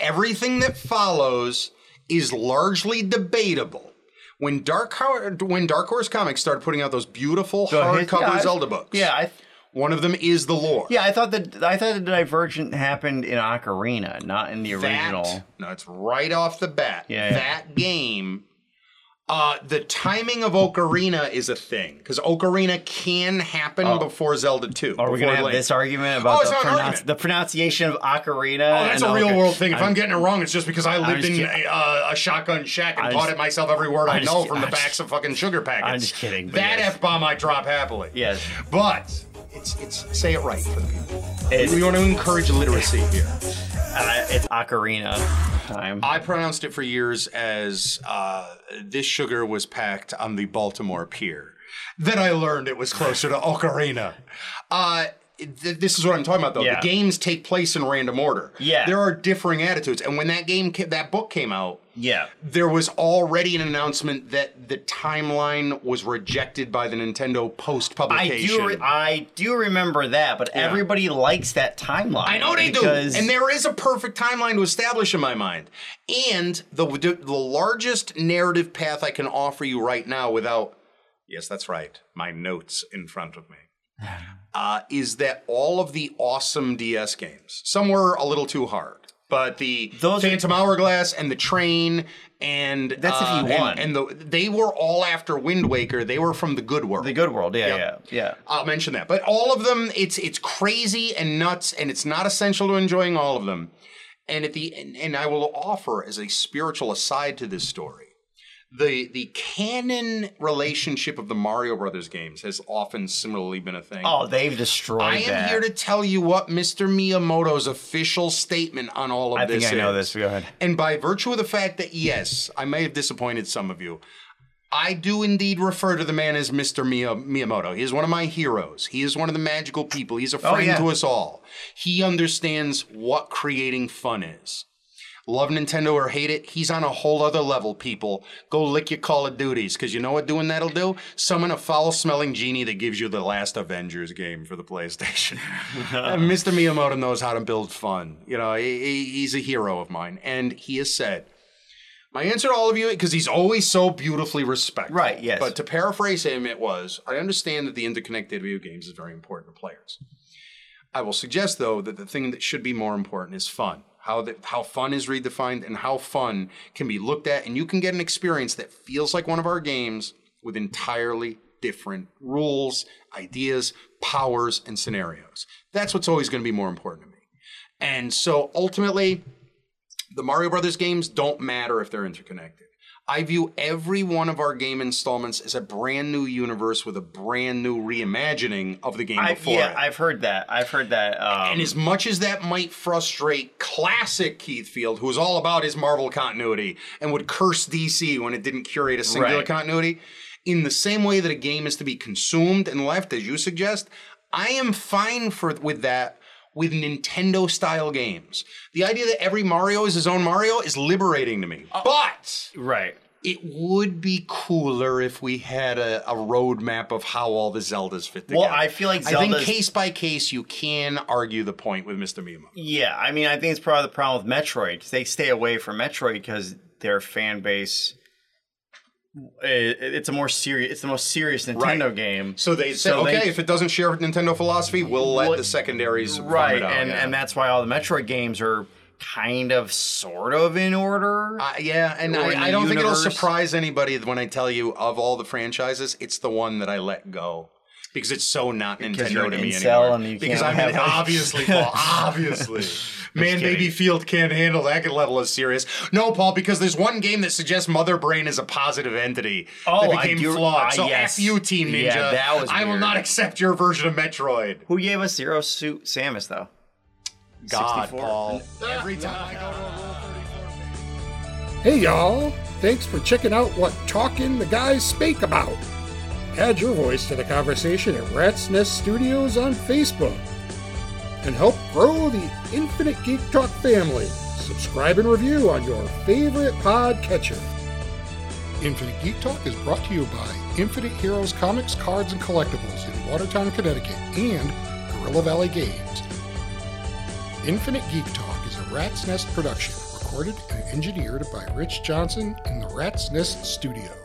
[SPEAKER 2] everything that follows is largely debatable. When Dark Ho- when Dark Horse Comics started putting out those beautiful
[SPEAKER 3] his-
[SPEAKER 2] hardcover
[SPEAKER 3] yeah, I-
[SPEAKER 2] Zelda books,
[SPEAKER 3] Yeah, I
[SPEAKER 2] one of them is the lore.
[SPEAKER 3] yeah, I thought that I thought the Divergent happened in Ocarina, not in the original.
[SPEAKER 2] That, no, it's right off the bat.
[SPEAKER 3] Yeah, yeah.
[SPEAKER 2] That game, uh, the timing of Ocarina is a thing because Ocarina can happen before Zelda 2.
[SPEAKER 3] Oh. Are we gonna
[SPEAKER 2] before
[SPEAKER 3] have
[SPEAKER 2] Link.
[SPEAKER 3] this argument about
[SPEAKER 2] Oh, it's
[SPEAKER 3] the,
[SPEAKER 2] not an
[SPEAKER 3] pronounci-
[SPEAKER 2] argument.
[SPEAKER 3] the pronunciation of Ocarina?
[SPEAKER 2] Oh, that's a real world thing. If I'm, getting it wrong, it's just because I lived
[SPEAKER 3] just
[SPEAKER 2] in
[SPEAKER 3] kid-
[SPEAKER 2] a, uh, a shotgun shack and
[SPEAKER 3] I'm
[SPEAKER 2] taught
[SPEAKER 3] just-
[SPEAKER 2] it myself every word i
[SPEAKER 3] I'm just
[SPEAKER 2] know
[SPEAKER 3] kid-
[SPEAKER 2] from the
[SPEAKER 3] I'm
[SPEAKER 2] backs
[SPEAKER 3] just-
[SPEAKER 2] of fucking sugar packets.
[SPEAKER 3] I'm just kidding, but
[SPEAKER 2] That
[SPEAKER 3] yes.
[SPEAKER 2] f bomb I drop happily.
[SPEAKER 3] Yes.
[SPEAKER 2] but it's it's say it right for the people.
[SPEAKER 3] It's-
[SPEAKER 2] we want to encourage literacy here.
[SPEAKER 3] uh, it's Ocarina time.
[SPEAKER 2] I pronounced it for years as uh, this sugar was packed on the Baltimore Pier. Then I learned it was closer to Ocarina. Uh, th- this is what I'm talking about, though.
[SPEAKER 3] Yeah.
[SPEAKER 2] The games take place in random order.
[SPEAKER 3] Yeah.
[SPEAKER 2] there are differing attitudes, and when that game, ca- that book came out,
[SPEAKER 3] yeah.
[SPEAKER 2] there was already an announcement that the timeline was rejected by the Nintendo post
[SPEAKER 3] I
[SPEAKER 2] publication.
[SPEAKER 3] do, re- I do remember that, but everybody likes that timeline.
[SPEAKER 2] I know they
[SPEAKER 3] because
[SPEAKER 2] do, and there is a perfect timeline to establish in my mind. And the the largest narrative path I can offer you right now, without yes, that's right, my notes in front of me, uh, is that all of the awesome DS games, some were a little too hard, but the
[SPEAKER 3] Those are-
[SPEAKER 2] Phantom Hourglass and the Train and
[SPEAKER 3] That's if you
[SPEAKER 2] uh,
[SPEAKER 3] won.
[SPEAKER 2] and, and the, they were all after Wind Waker. They were from the good world.
[SPEAKER 3] the Good World. Yeah,
[SPEAKER 2] Yep.
[SPEAKER 3] yeah, yeah.
[SPEAKER 2] I'll mention that. But all of them, it's it's crazy and nuts, and it's not essential to enjoying all of them. And at the and, and I will offer as a spiritual aside to this story, the the canon relationship of the Mario Brothers games has often similarly been a thing.
[SPEAKER 3] Oh, they've destroyed
[SPEAKER 2] I am
[SPEAKER 3] that.
[SPEAKER 2] here to tell you what Mr. Miyamoto's official statement on all of
[SPEAKER 3] I
[SPEAKER 2] this
[SPEAKER 3] think I know
[SPEAKER 2] is.
[SPEAKER 3] this. Go ahead.
[SPEAKER 2] And by virtue of the fact that, yes, I may have disappointed some of you, I do indeed refer to the man as Mr. Miya- Miyamoto. He is one of my heroes. He is one of the magical people. He's a friend
[SPEAKER 3] yeah.
[SPEAKER 2] to us all. He understands what creating fun is. Love Nintendo or hate it, he's on a whole other level, people. Go lick your Call of Duties, because you know what doing that'll do? Summon a foul smelling genie that gives you the last Avengers game for the PlayStation. Uh, Mr. Miyamoto knows how to build fun. You know, he, he- he's a hero of mine. And he has said, My answer to all of you, because he's always so beautifully respected.
[SPEAKER 3] Right, yes.
[SPEAKER 2] But to paraphrase him, it was I understand that the interconnected video games is very important to players. I will suggest, though, that the thing that should be more important is fun. How, the, how fun is redefined and how fun can be looked at, and you can get an experience that feels like one of our games with entirely different rules, ideas, powers, and scenarios. That's what's always going to be more important to me. And so ultimately, the Mario Brothers games don't matter if they're interconnected. I view every one of our game installments as a brand new universe with a brand new reimagining of the game
[SPEAKER 3] I,
[SPEAKER 2] before
[SPEAKER 3] yeah,
[SPEAKER 2] it.
[SPEAKER 3] I've heard that. I've heard that. Um,
[SPEAKER 2] and as much as that might frustrate classic Keith Field, who was all about his Marvel continuity and would curse DC when it didn't curate a singular
[SPEAKER 3] Right.
[SPEAKER 2] continuity, in the same way that a game is to be consumed and left, as you suggest, I am fine for with that with Nintendo style games. The idea that every Mario is his own Mario is liberating to
[SPEAKER 3] Uh,
[SPEAKER 2] me. but
[SPEAKER 3] right.
[SPEAKER 2] it would be cooler if we had a, a roadmap of how all the Zeldas fit together.
[SPEAKER 3] Well, I feel like
[SPEAKER 2] I think
[SPEAKER 3] Zelda's-
[SPEAKER 2] case by case, you can argue the point with Mr. Mima.
[SPEAKER 3] Yeah, I mean, I think it's probably the problem with Metroid. They stay away from Metroid because their fan base. i- It's a more serious. It's the most serious Nintendo
[SPEAKER 2] Right.
[SPEAKER 3] game.
[SPEAKER 2] So they said,
[SPEAKER 3] So they-
[SPEAKER 2] okay, if it doesn't share Nintendo philosophy, we'll let
[SPEAKER 3] Well,
[SPEAKER 2] the secondaries farm
[SPEAKER 3] right,
[SPEAKER 2] it out.
[SPEAKER 3] and
[SPEAKER 2] yeah.
[SPEAKER 3] and that's why all the Metroid games are kind of sort of in order.
[SPEAKER 2] Uh, yeah, and
[SPEAKER 3] Or in
[SPEAKER 2] I, I
[SPEAKER 3] the
[SPEAKER 2] don't think it'll
[SPEAKER 3] universe.
[SPEAKER 2] surprise anybody when I tell you of all the franchises, it's the one that I let go because it's so not Nintendo
[SPEAKER 3] you're an
[SPEAKER 2] to me
[SPEAKER 3] incel
[SPEAKER 2] anymore.
[SPEAKER 3] and you
[SPEAKER 2] because
[SPEAKER 3] can't
[SPEAKER 2] I'm an-
[SPEAKER 3] have any-
[SPEAKER 2] obviously, Paul, obviously, man, maybe
[SPEAKER 3] kidding.
[SPEAKER 2] Field can't handle that level of serious. No, Paul, because there's one game that suggests Mother Brain is a positive entity
[SPEAKER 3] Oh,
[SPEAKER 2] that
[SPEAKER 3] I
[SPEAKER 2] became
[SPEAKER 3] do-
[SPEAKER 2] flawed.
[SPEAKER 3] ah,
[SPEAKER 2] so
[SPEAKER 3] yes.
[SPEAKER 2] f you, Team Ninja.
[SPEAKER 3] Yeah, that was
[SPEAKER 2] I will
[SPEAKER 3] weird.
[SPEAKER 2] not accept your version of Metroid.
[SPEAKER 3] Who gave us Zero Suit Samus though?
[SPEAKER 2] God,
[SPEAKER 3] 64?
[SPEAKER 2] Paul. Every time I go to a Rule 34 page.
[SPEAKER 1] Hey y'all, thanks for checking out what Talkin' the Guys Spake About. Add your voice to the conversation at Rat's Nest Studios on Facebook. And help grow the Infinite Geek Talk family. Subscribe and review on your favorite podcatcher. Infinite Geek Talk is brought to you by Infinite Heroes Comics, Cards, and Collectibles in Watertown, Connecticut, and Gorilla Valley Games. Infinite Geek Talk is a Rat's Nest production, recorded and engineered by Rich Johnson in the Rat's Nest studio.